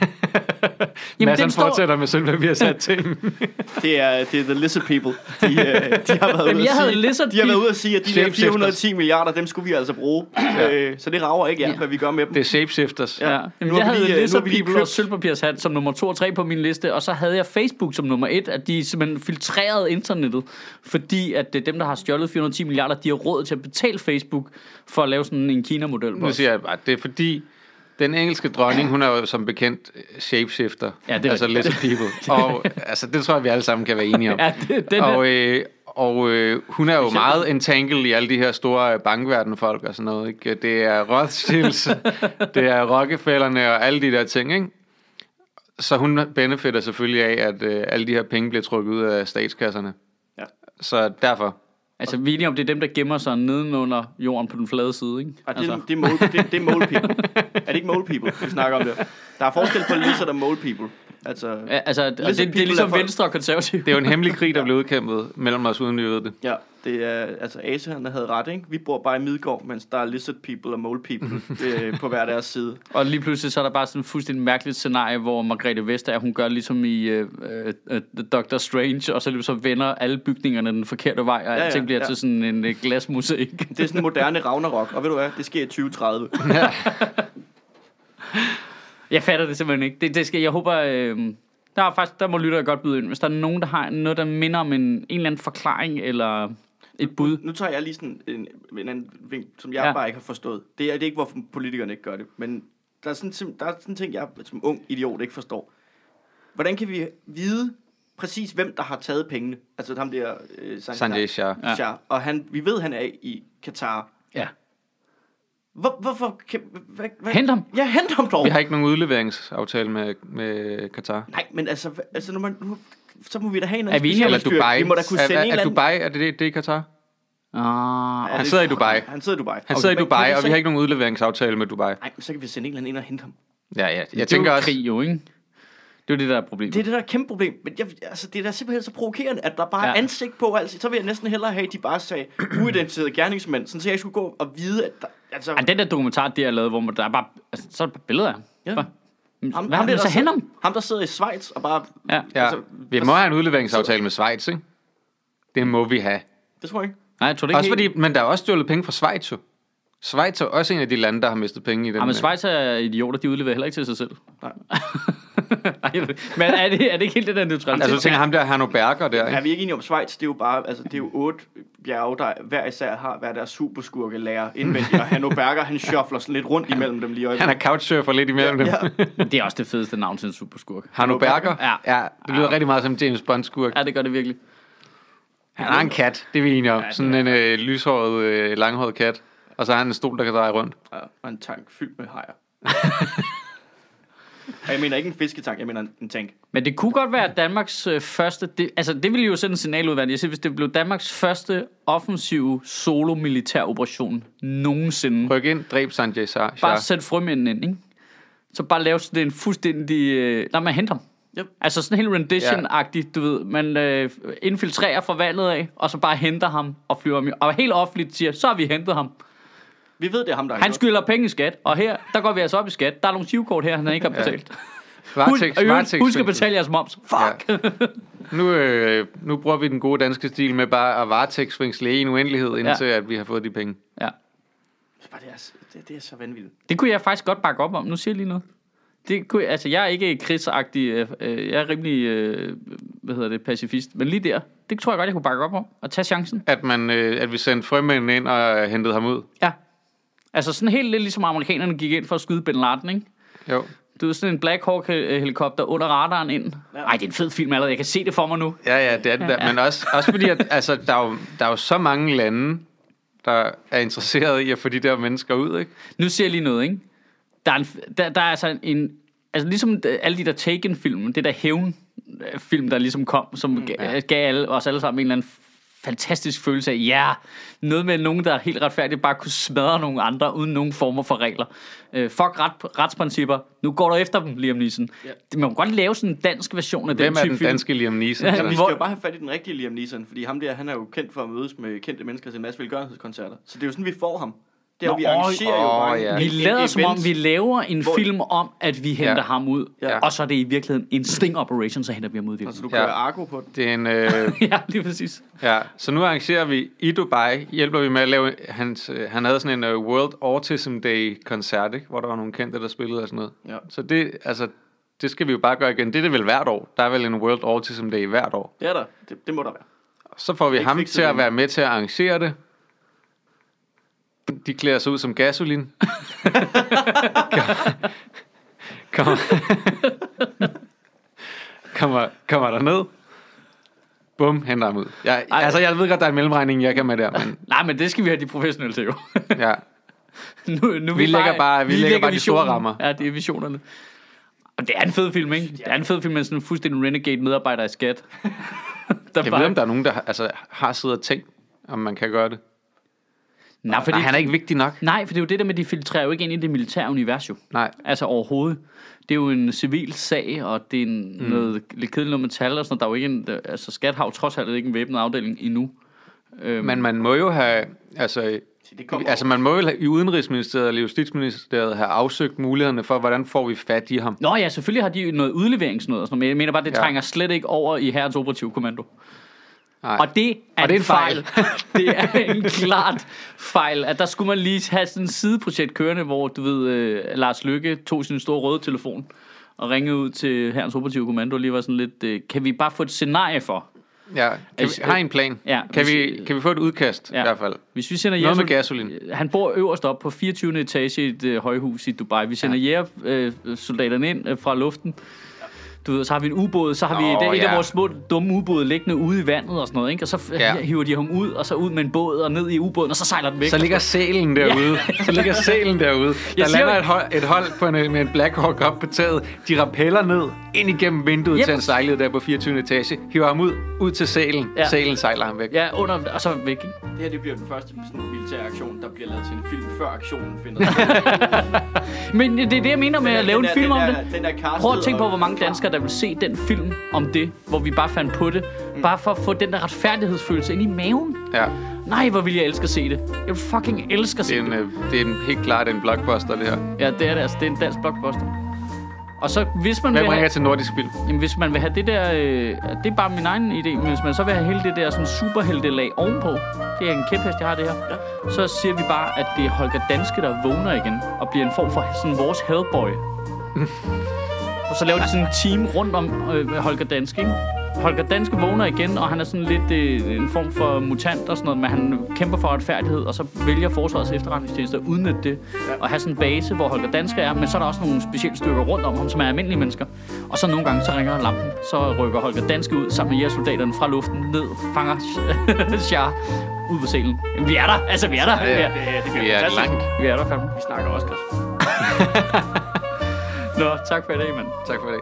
S1: Jamen,
S2: den
S1: Mads, han
S2: står-
S1: fortsætter med selv, hvad vi har sat til.
S3: Det er, det er the lizard people. De, øh, de har været
S2: Jamen,
S3: ude
S2: jeg
S3: at
S2: havde
S3: sige,
S2: lizard
S3: de har været
S2: people.
S3: ude at sige, at de der
S1: Shapeshifters.
S3: 410 milliarder, dem skulle vi altså bruge. øh, så det rager ikke jer, hvad vi gør med dem.
S1: Det er shapeshifters.
S3: Ja.
S2: Ja.
S3: Nu
S2: Jamen,
S3: har
S2: jeg
S3: vi
S2: havde
S3: lige, øh, nu
S2: Lizard
S3: har vi lige
S2: People
S3: købt-
S2: og Sølvpapirshat som nummer 2 og 3 på min liste, og så havde jeg Facebook som nummer 1, at de simpelthen filtrerede internettet, fordi at det er dem, der har stjålet 410 milliarder, de har råd til at betale Facebook for at lave sådan en Kina-model på
S1: Nu
S2: os.
S1: siger jeg bare, det er fordi, den engelske dronning, hun er jo som bekendt øh, shapeshifter.
S2: Ja, det er
S1: Altså
S2: rigtigt.
S1: lizard people. Og altså, det tror jeg, vi alle sammen kan være enige om.
S2: Ja, det, den er,
S1: og øh, og øh, hun er jo meget entangled i alle de her store øh, bankverdenfolk og sådan noget. Ikke? Det er Rothschilds, det er Rockefellerne og alle de der ting, ikke? Så hun benefitter selvfølgelig af, at øh, alle de her penge bliver trukket ud af statskasserne.
S3: Ja.
S1: Så derfor.
S2: altså, vi er enige om, det er dem, der gemmer sig nedenunder jorden på den flade side, ikke?
S3: Og det,
S2: Altså,
S3: altså. det, er mole, det, det er mole people. Er det ikke mole people, vi snakker om det? Der er forskel på lizard og mole people. Altså,
S2: Ja, altså, og det, det, er
S3: Ligesom people er
S2: ligesom
S3: folk.
S2: Venstre og konservative.
S1: Det er jo en hemmelig krig, der blev udkæmpet mellem os, uden vi ved det.
S3: ja, det er, altså Ase han havde ret, ikke? Vi bor bare i Midgård, mens der er lizard people og mole people øh, på hver deres side.
S2: Og lige pludselig så er der bare sådan et fuldstændig mærkeligt scenarie, hvor Margrethe Vestager, hun gør ligesom i øh, øh, øh, Doctor Strange, og så, så vender alle bygningerne den forkerte vej, og
S3: Ja,
S2: ja,
S3: ja,
S2: alting bliver
S3: ja.
S2: til sådan en øh, glasmusik.
S3: Det er sådan en moderne Ragnarok, og ved du hvad, det sker i 2030.
S2: Jeg fatter det simpelthen ikke. Det, det skal, jeg håber... Øh, der, er faktisk, der må lyttere godt byde ind. Hvis der er nogen, der har noget, der minder om en, en eller anden forklaring eller et bud.
S3: Nu tager jeg lige sådan en, en anden vinkel, som jeg
S2: Ja.
S3: ja. bare ikke har forstået. Det er, det er ikke, hvorfor politikerne ikke gør det, men der er sådan, sim- der er sådan en ting, jeg som ung idiot ikke forstår. Hvordan kan vi vide præcis, hvem der har taget pengene? Altså ham der, øh,
S1: Sanjay Shah.
S2: Ja.
S3: Ja. Shah. Og han, vi ved, han er i Katar.
S2: Ja.
S3: Hvor, hvorfor? Kan, hvad, hvad?
S2: Hent ham.
S3: Ja, hent ham dog.
S1: Vi har ikke nogen udleveringsaftale med, med Katar.
S3: Nej, men altså, hva- altså når man, nu, så må vi da have en
S2: Er vi enige om,
S3: speciel
S1: Eller
S3: styr.
S1: Dubai.
S3: Vi må da kunne
S1: er,
S3: sende en
S1: er,
S3: eller
S1: er
S3: anden...
S1: Dubai, er det, det, det er i Katar?
S2: Ah,
S3: Ja,
S1: Han
S3: det-
S1: sidder i Dubai.
S3: Han sidder i Dubai.
S1: Han sidder i
S3: Men kan
S1: Dubai,
S3: vi
S1: og vi
S3: så-
S1: har ikke nogen udleveringsaftale med Dubai.
S3: Nej, men så kan vi sende en eller anden ind og hente ham.
S1: Ja, ja. Jeg
S2: jeg tænker det er
S1: tænker
S2: jo
S1: også,
S2: krig jo, ikke? Det er jo det, der er problemet.
S3: Det er det, der er et kæmpe problem. Men jeg, altså, det er da simpelthen så provokerende, at der bare er
S2: Ja.
S3: ansigt på. Altså, så vil jeg næsten hellere have, at de bare sagde uidentificerede gerningsmænd, sådan, så jeg skulle gå og vide, at der, altså,
S2: Ej, den der dokumentar, der er lavet, hvor man- der er bare, altså, så er der bare billeder af.
S3: Ja.
S2: Bare- Men Hvad
S3: der
S2: har så
S3: sidder-
S2: hen om?
S3: ham, der sidder i Schweiz og bare...
S2: Ja.
S1: ja,
S3: Altså,
S1: vi må have en udleveringsaftale med Schweiz, ikke? Det må vi have.
S3: Det tror jeg ikke.
S2: Nej, jeg tror det ikke
S1: Også
S2: helt-
S1: fordi, men der er også stjålet penge fra Schweiz, jo. Schweiz er også en af de lande, der har mistet penge i den.
S2: Ja, men
S1: øh,
S2: Schweiz er idioter, de udleverer heller ikke til sig selv.
S3: Nej.
S2: Nej, jeg ved- men er det, er det ikke helt det der neutralitet?
S1: Altså, du tænker ham der, Hanno Berger der,
S3: Er
S1: ikke?
S3: vi ikke enige om Schweiz? Det er jo bare, altså, det er jo otte bjerge, der hver især har hver deres superskurke lærer indvendigt, og Hanno Berger, han shuffler sådan lidt rundt imellem dem lige i
S1: Han
S3: øjeblikket.
S1: er couchsurfer lidt imellem dem.
S3: Ja.
S2: det er også det fedeste navn til en superskurk.
S1: Hanno Berger?
S2: Ja.
S1: ja. Det lyder rigtig meget som James Bond-skurk.
S2: Ja, det gør det virkelig.
S1: Han har en kat, det er vi enige om.
S2: Ja, det
S1: Sådan en øh, lyshåret, øh, langhåret kat. Og så har han en stol, der kan dreje rundt.
S3: Ja, og en tank fyldt med hajer. og jeg mener ikke en fisketank, jeg mener en, en tank.
S2: Men det kunne godt være Danmarks øh, første... Det, altså, det ville jo sende en signal ud, hvad jeg siger, hvis det blev Danmarks første offensive solo-militær operation nogensinde.
S1: Ryk ind, dræb Sanjay Shah.
S2: Bare sæt frømændene ind, ikke? Så bare lave sådan en fuldstændig... Øh, nej, man henter dem.
S3: Yep.
S2: Altså sådan helt rendition-agtigt, du ved. Man øh, infiltrerer fra valget af, og så bare henter ham og flyver ham. i- Og helt offentligt siger, så har vi hentet ham.
S3: Vi ved, det er ham, der har
S2: Han
S3: gjort
S2: skylder penge i skat, og her, der går vi altså op i skat. Der er nogle sivkort her, han ikke har betalt. Husk,
S1: Varetekst,
S2: og i øvrigt,
S1: varetektsfængsel.
S2: husk at betale jeres moms. Fuck! Ja.
S1: Nu, øh, nu bruger vi den gode danske stil med bare at varetægtsfængsle i en uendelighed, indtil ja. at vi har fået de penge.
S2: ja.
S3: det. Bare, det, er, s- det, det er så vanvittigt.
S2: Det kunne jeg faktisk godt bakke op om. Nu siger jeg lige noget. Det kunne, altså, jeg er ikke krigsagtig. Øh, øh, jeg er rimelig, øh, hvad hedder det, pacifist. Men lige der, det tror jeg godt, jeg kunne bakke op om. At tage chancen.
S1: At, man, øh, at vi sendte frømændene ind og hentede ham ud.
S2: Ja. Altså sådan helt lidt ligesom amerikanerne gik ind for at skyde Bin Laden, ikke?
S1: Jo.
S2: Du er sådan en Black Hawk øh, helikopter under radaren ind.
S3: Ja.
S2: Nej, det er en fed film allerede. Jeg kan se det for mig nu.
S1: Ja, ja, det er det der. Men også, også fordi, at altså, der, er jo, der er jo så mange lande, der er interesseret i at få de der mennesker ud, ikke?
S2: Nu ser jeg lige noget, ikke? Der er, en, der, der er altså en... Altså ligesom øh, alle de der Taken-film, det der hævn-film, der ligesom kom, som mm, ja. gav alle, os alle sammen en eller anden fantastisk følelse af, ja, yeah, noget med nogen, der helt retfærdigt bare kunne smadre nogle andre, uden nogen former for regler. Øh, fuck ret, retsprincipper. Nu går du efter dem, Liam Neeson.
S3: Ja.
S2: Det, man kan godt lave sådan en dansk version af
S1: Hvem
S2: den
S1: er
S2: type
S1: den
S2: film.
S1: danske Liam Neeson?
S2: Ja,
S1: så?
S3: Men vi
S2: Hvor-
S3: skal jo bare have fat i den rigtige Liam Neeson, fordi ham der, han er jo kendt for at mødes med kendte mennesker til en masse velgørenhedskoncerter. Så det er jo sådan, vi får ham. Det er,
S2: Nå,
S3: jo, vi
S2: åh,
S3: arrangerer jo
S1: åh,
S3: bare en,
S1: ja.
S3: en,
S2: Vi
S3: en
S2: lader som om,
S3: event.
S2: vi laver en
S3: e- hvor-
S2: film om, at vi henter
S1: Ja.
S2: ham ud.
S3: Ja.
S2: Og så er det i virkeligheden en sting operation, så henter vi ham ud i
S3: Altså,
S2: virkeligheden.
S3: du kører
S1: Ja.
S3: Argo på den.
S1: Det er en, øh,
S2: Ja, lige præcis.
S1: ja. Så nu arrangerer vi i Dubai, hjælper vi med at lave, hans, øh, han havde sådan en øh, World Autism Day koncert, ikke? hvor der var nogle kendte, der spillede og sådan noget.
S3: Ja.
S1: Så det, altså, det skal vi jo bare gøre igen. Det er det vel hvert år. Der er vel en World Autism Day hvert år.
S3: Det er der. Det, det må der være.
S1: Så får vi
S3: Ikke
S1: ham
S3: fikset
S1: til at
S3: den.
S1: være med til at arrangere det. De klæder sig ud som gasolin. kommer, kommer, kommer der ned. Bum, henter ham ud. Jeg,
S2: Ej.
S1: altså, jeg ved godt, der er en mellemregning, jeg kan med der, men
S2: Nej, men det skal vi have de professionelle til jo.
S1: ja.
S2: nu, nu er
S1: Vi lægger bare- vi lægger bare de store
S2: visionen.
S1: rammer.
S2: Ja, det er visionerne. Og det er en fed film, ikke? Det er en fed film med sådan en fuldstændig renegade medarbejder i skat. der
S1: Jeg ved, om der er nogen, der har- altså, har siddet og tænkt, om man kan gøre det.
S2: Nej, fordi,
S1: Fordi... Nej, han er ikke vigtig nok.
S2: nej, for det er jo det der med, at de filtrerer jo ikke ind i det militære univers jo.
S1: Nej.
S2: Altså overhovedet. Det er jo en civil sag, og det er en, mm. noget lidt kedeligt noget metal og sådan noget. Der er jo ikke en, der- altså skat har jo trods alt ikke en væbnet afdeling endnu. Øhm,
S1: Men man må jo have, altså,
S3: Det kommer
S1: altså man må jo have- i Udenrigsministeriet eller Justitsministeriet have afsøgt mulighederne for, hvordan får vi fat i ham.
S2: Nå ja, selvfølgelig har de jo noget udleveringsnød og sådan noget, men jeg mener bare, det
S1: Ja.
S2: trænger slet ikke over i herrens operativ kommando.
S1: Nej.
S2: Og det er,
S1: Og
S2: det er en fejl. det er en klart fejl, at der skulle man lige have sådan en sideprojekt kørende, hvor du ved, øh, Lars Lykke tog sin store røde telefon og ringede ud til herrens operative kommando og lige var sådan lidt, øh, kan vi bare få et scenarie for?
S1: Ja, kan
S2: Altså,
S1: vi, har I en plan?
S2: ja,
S1: kan,
S2: hvis-
S1: vi, kan vi få et udkast
S2: Ja.
S1: ja. i hvert fald?
S2: Hvis vi sender
S1: Noget med
S2: Jesu-
S1: gasolin.
S2: Han bor øverst op på 24. etage i et øh, højhus i Dubai. Vi sender ja. jægersoldaterne ind øh, fra luften. Du ved, så har vi en ubåd, så har vi
S1: Nå,
S2: oh, et, et af
S1: ja.
S2: vores små dumme ubåde liggende ude i vandet og sådan noget, ikke? Og så f-
S1: Ja.
S2: hiver de ham ud, og så ud med en båd og ned i ubåden, og så sejler den væk.
S1: Så ligger sælen derude. Så ligger sælen derude.
S2: Jeg
S1: Der
S2: siger
S1: lander
S2: jo-
S1: et hold, et hold på en, med en Black Hawk op på taget. De rappeller ned ind igennem vinduet
S2: Yep.
S1: yep. til en sejlede der på 24. etage. Hiver ham ud, ud til sælen.
S2: Ja.
S1: Ja. Sælen sejler ham væk. Ja.
S2: Ja, under, og så væk, ikke?
S3: Det her det bliver den første sådan, militære aktion, der bliver lavet til en film, før aktionen finder sted.
S2: Men det er det, jeg mener med at lave en
S3: Den er-
S2: film
S3: den
S2: om
S3: er-
S2: det.
S3: Den er castet
S2: Prøv at tænke på,
S3: og-
S2: hvor mange danskere, der vil se den film om det, hvor vi bare fandt på det.
S3: Mm.
S2: Bare for at få den der retfærdighedsfølelse ind i maven.
S1: ja.
S2: Nej, hvor vil jeg elske at se det. Jeg vil fucking elske at se
S1: Det, er en, øh, det er en, helt klart en blockbuster, det her.
S2: Ja, det er det altså. Det er en dansk blockbuster. Og så hvis man,
S1: Hvad
S2: vil
S1: bringer
S2: have,
S1: jeg til nordisk film?
S2: jamen, hvis man vil have det der, øh, det er bare min egen idé, men hvis man så vil have hele det der sådan superheltelag ovenpå, det er en kæphest, jeg har det her, ja. så siger vi bare, at det er Holger Danske, der vågner igen, og bliver en form for sådan vores Hellboy. og så laver de sådan en team rundt om øh, Holger Danske, ikke? Holger Danske vågner igen, og han er sådan lidt øh, en form for mutant og sådan noget, men han kæmper for retfærdighed, og så vælger Forsvarets efterretningstjeneste at udnytte det, ja. og have sådan en base, hvor Holger Danske er, men så er der også nogle specielle stykker rundt om ham, som er almindelige mennesker. Og så nogle gange, så ringer lampen, så rykker Holger Danske ud sammen med jægersoldaterne fra luften, ned, fanger Char ud på selen. Jamen, vi er der, altså vi er der.
S1: Ja,
S2: vi,
S1: ja.
S2: er,
S3: det
S1: Vi er
S3: fantastisk.
S1: langt.
S2: vi er der fandme.
S3: Vi snakker også, Chris.
S2: Nå, tak for i dag, mand.
S1: Tak for i dag.